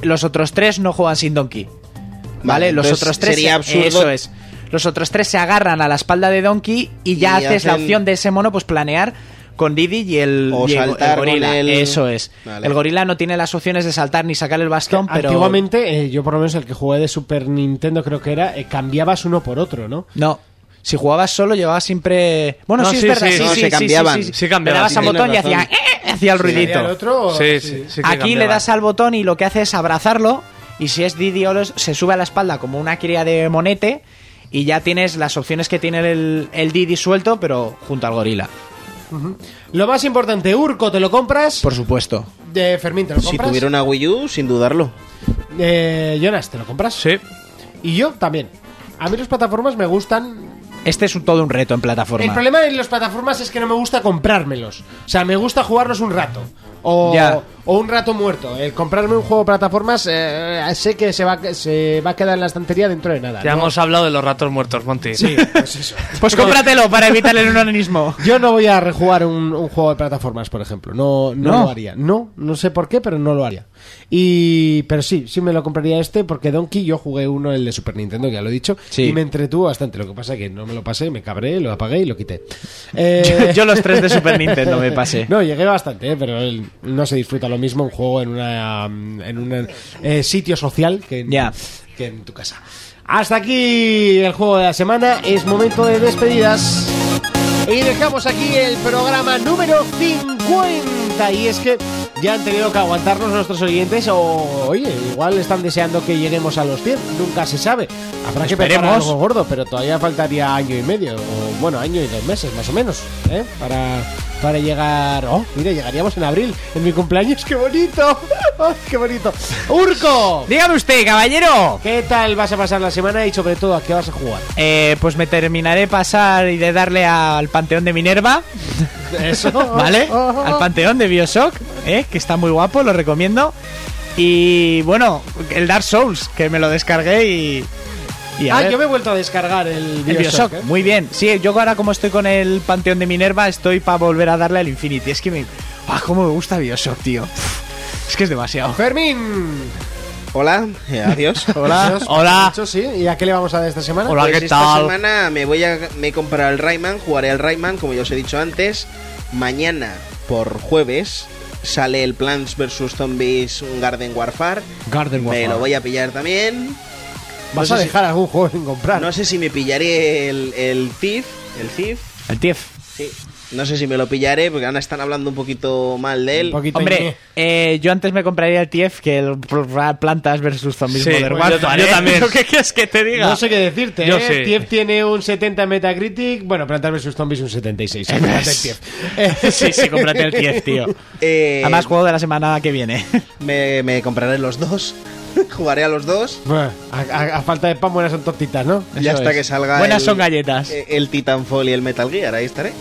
[SPEAKER 3] Los otros tres no juegan sin Donkey. ¿Vale?
[SPEAKER 6] Vale,
[SPEAKER 3] los
[SPEAKER 6] entonces
[SPEAKER 3] otros tres.
[SPEAKER 6] sería
[SPEAKER 3] se-
[SPEAKER 6] absurdo-
[SPEAKER 3] Eso es. Los otros tres se agarran a la espalda de Donkey y ya
[SPEAKER 6] Y
[SPEAKER 3] haces la
[SPEAKER 6] hacen-
[SPEAKER 3] opción de ese mono, pues planear con Didi y el,
[SPEAKER 6] O
[SPEAKER 3] y el- el
[SPEAKER 6] saltar con
[SPEAKER 3] gorila.
[SPEAKER 6] el-
[SPEAKER 3] Eso es.
[SPEAKER 6] Vale.
[SPEAKER 3] El gorila no tiene las opciones de saltar ni sacar el bastón, pero.
[SPEAKER 2] Antiguamente, eh, yo por lo menos el que jugué de Super Nintendo creo que era, eh, cambiabas uno por otro, ¿no?
[SPEAKER 3] No. Si jugabas solo, llevabas siempre. Bueno,
[SPEAKER 7] No,
[SPEAKER 3] sí,
[SPEAKER 7] sí,
[SPEAKER 3] es verdad.
[SPEAKER 7] sí,
[SPEAKER 3] Sí,
[SPEAKER 7] no,
[SPEAKER 3] sí,
[SPEAKER 6] se
[SPEAKER 3] sí, sí,
[SPEAKER 6] cambiaban.
[SPEAKER 3] sí.
[SPEAKER 7] Sí cambiaban,
[SPEAKER 3] Le dabas
[SPEAKER 7] sí,
[SPEAKER 3] al
[SPEAKER 6] tienes
[SPEAKER 3] botón y hacía.
[SPEAKER 6] razón.
[SPEAKER 3] "Eh", hacía el ruidito.
[SPEAKER 2] ¿Al otro? o-
[SPEAKER 7] Sí, sí, sí que
[SPEAKER 3] Aquí le
[SPEAKER 7] cambiaba.
[SPEAKER 3] das al botón y lo que haces es abrazarlo y si es Didi o los- se sube a la espalda como una cría de monete y ya tienes las opciones que tiene el, el Didi suelto pero junto al gorila,
[SPEAKER 2] Lo más importante, Urco, ¿te lo compras?
[SPEAKER 3] por supuesto.
[SPEAKER 2] Eh, Fermín, ¿te lo
[SPEAKER 6] Si
[SPEAKER 2] compras?
[SPEAKER 6] tuviera una Wii U, sin dudarlo.
[SPEAKER 2] Eh, Jonas, ¿te lo compras?
[SPEAKER 7] Sí.
[SPEAKER 2] Y yo también. A mí las plataformas me gustan.
[SPEAKER 3] Este es un- todo un reto en plataforma.
[SPEAKER 2] El problema de las plataformas es que no me gusta comprármelos. O sea, me gusta jugarlos un rato. O,
[SPEAKER 3] Ya.
[SPEAKER 2] o un rato muerto. El comprarme un juego de plataformas eh, sé que se va, a- se va a quedar en la estantería dentro de nada.
[SPEAKER 7] Ya
[SPEAKER 2] ¿no?
[SPEAKER 7] hemos hablado de los ratos muertos, Monty.
[SPEAKER 2] Sí, pues eso.
[SPEAKER 3] Pues cómpratelo para evitar el unanismo.
[SPEAKER 2] Yo no voy a rejugar un, un juego de plataformas, por ejemplo. No, no,
[SPEAKER 3] ¿No?
[SPEAKER 2] lo haría. No, no sé por qué, pero no lo haría. Y, pero sí, sí me lo compraría este porque Donkey yo jugué uno el de Super Nintendo, que ya lo he dicho,
[SPEAKER 3] Sí.
[SPEAKER 2] y me entretuvo bastante. Lo que pasa es que no me lo pasé, me cabré, lo apagué y lo quité. Eh,
[SPEAKER 3] Yo los tres de Super Nintendo me pasé.
[SPEAKER 2] No, llegué bastante, eh, pero el- no se disfruta lo mismo un juego en una mm, en un eh, sitio social que en,
[SPEAKER 3] Ya.
[SPEAKER 2] que en tu casa. Hasta aquí el juego de la semana. Es momento de despedidas. Y dejamos aquí el programa número 50. Y es que ya han tenido que aguantarnos nuestros oyentes o, oye, igual están deseando que lleguemos a los 100. Nunca se sabe. Habrá que preparar
[SPEAKER 3] Esperemos.
[SPEAKER 2] algo gordo, pero todavía faltaría año y medio. O, bueno, año y dos meses, más o menos. ¿eh? Para, para llegar... Oh, mira, llegaríamos en abril. En mi cumpleaños. ¡Qué bonito! ¡Qué bonito! ¡Urco!
[SPEAKER 3] Dígame usted, caballero.
[SPEAKER 2] ¿Qué tal vas a pasar la semana y sobre todo a qué vas a jugar?
[SPEAKER 3] Eh, pues me terminaré pasar y de darle al Panteón de Minerva.
[SPEAKER 2] Eso,
[SPEAKER 3] ¿Vale? Al panteón de Bioshock, ¿eh? que está muy guapo, lo recomiendo. Y bueno, el Dark Souls, que me lo descargué y. y a
[SPEAKER 2] Ah,
[SPEAKER 3] ver,
[SPEAKER 2] yo me he vuelto a descargar el Bioshock.
[SPEAKER 3] El Bioshock,
[SPEAKER 2] ¿eh?
[SPEAKER 3] muy bien. Sí, yo ahora como estoy con el panteón de Minerva, estoy para volver a darle al Infinity. Es que me. ¡Ah, cómo me gusta Bioshock, tío! Es que es demasiado.
[SPEAKER 2] Fermín.
[SPEAKER 6] Hola, eh, adiós.
[SPEAKER 3] Hola,
[SPEAKER 2] Dios,
[SPEAKER 3] hola.
[SPEAKER 2] mucho, sí. ¿Y a qué le vamos a dar esta semana?
[SPEAKER 7] Hola,
[SPEAKER 6] Pues
[SPEAKER 7] ¿qué
[SPEAKER 6] esta
[SPEAKER 7] tal?
[SPEAKER 6] semana me voy a me he comprado el Rayman, jugaré al Rayman, como ya os he dicho antes. Mañana, por jueves, sale el Plants vs. Zombies Garden Warfare.
[SPEAKER 2] Garden
[SPEAKER 6] Me lo voy a pillar también.
[SPEAKER 2] Vas
[SPEAKER 6] no
[SPEAKER 2] a
[SPEAKER 6] sé si-
[SPEAKER 2] dejar algún juego sin comprar.
[SPEAKER 6] No sé si me pillaré el, el Thief. El Thief,
[SPEAKER 3] El Tief.
[SPEAKER 6] sí. No sé si me lo pillaré, porque ahora están hablando un poquito mal de él.
[SPEAKER 2] Un poquito
[SPEAKER 3] Hombre, eh, yo antes me compraría el Tief que el Plantas versus Zombies
[SPEAKER 7] Sí,
[SPEAKER 3] Modern
[SPEAKER 7] yo
[SPEAKER 3] Warfare,
[SPEAKER 7] ta- yo
[SPEAKER 3] ¿eh?
[SPEAKER 7] también.
[SPEAKER 3] ¿Lo que quieres que te diga?
[SPEAKER 2] No sé qué decirte.
[SPEAKER 7] Yo
[SPEAKER 2] ¿eh?
[SPEAKER 7] sí.
[SPEAKER 2] Tief tiene un 70 en Metacritic. Bueno, Plantas vs. Zombies un 76. Cómprate el Tief. Eh,
[SPEAKER 3] sí, sí, cómprate el 10, tío.
[SPEAKER 6] Eh,
[SPEAKER 3] Además, juego de la semana que viene.
[SPEAKER 6] me, me compraré los dos. jugaré a los dos.
[SPEAKER 2] bueno, a, a- a falta de pan, buenas son tortitas, ¿no?
[SPEAKER 6] ya
[SPEAKER 2] Eso
[SPEAKER 6] hasta
[SPEAKER 2] es.
[SPEAKER 6] que salga
[SPEAKER 3] Buenas
[SPEAKER 6] el-
[SPEAKER 3] son galletas.
[SPEAKER 6] eh, el Titanfall y el Metal Gear, ahí estaré.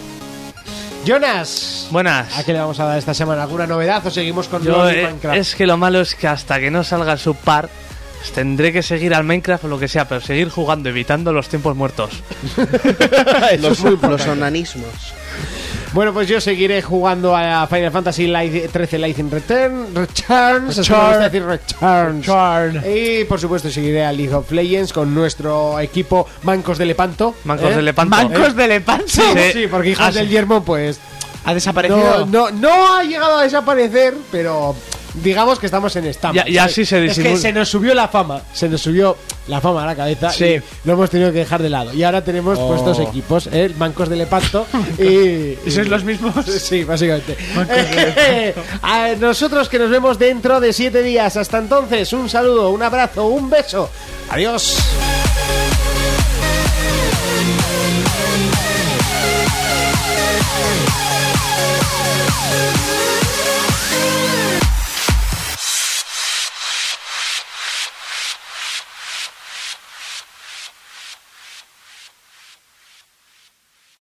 [SPEAKER 2] Jonas.
[SPEAKER 7] Buenas.
[SPEAKER 2] ¿A qué le vamos a dar esta semana? ¿Alguna novedad o seguimos con
[SPEAKER 7] Yo,
[SPEAKER 2] LOL y
[SPEAKER 7] eh,
[SPEAKER 2] Minecraft?
[SPEAKER 7] es que lo malo es que hasta que no salga su par, tendré que seguir al Minecraft o lo que sea, pero seguir jugando, evitando los tiempos muertos.
[SPEAKER 6] Los, los onanismos.
[SPEAKER 2] Bueno, pues yo seguiré jugando a Final Fantasy Light- 13 Lightning Return, Returns, es que me gusta decir Returns. Y por supuesto seguiré a League of Legends con nuestro equipo Mancos de Lepanto.
[SPEAKER 7] Mancos
[SPEAKER 2] ¿eh?
[SPEAKER 7] de Lepanto.
[SPEAKER 3] Mancos de
[SPEAKER 7] Sí.
[SPEAKER 3] Lepanto.
[SPEAKER 2] Sí, sí, porque hijos
[SPEAKER 7] Ah, sí.
[SPEAKER 2] del yermo, pues
[SPEAKER 3] ha
[SPEAKER 2] No,
[SPEAKER 3] desaparecido.
[SPEAKER 2] no, no ha llegado a desaparecer, pero digamos que estamos en stand.
[SPEAKER 7] Ya- ya sí se
[SPEAKER 2] Es
[SPEAKER 7] disimula.
[SPEAKER 2] que se nos subió la fama, se nos subió la fama a la cabeza
[SPEAKER 3] Sí.
[SPEAKER 2] y lo hemos tenido que dejar de lado. Y ahora tenemos
[SPEAKER 7] Oh.
[SPEAKER 2] puestos equipos, ¿eh? bancos de Lepanto y,
[SPEAKER 3] ¿Y sois los mismos?
[SPEAKER 2] Sí, básicamente. Eh, A nosotros que nos vemos dentro de siete días. Hasta entonces, un saludo, un abrazo, un beso. Adiós.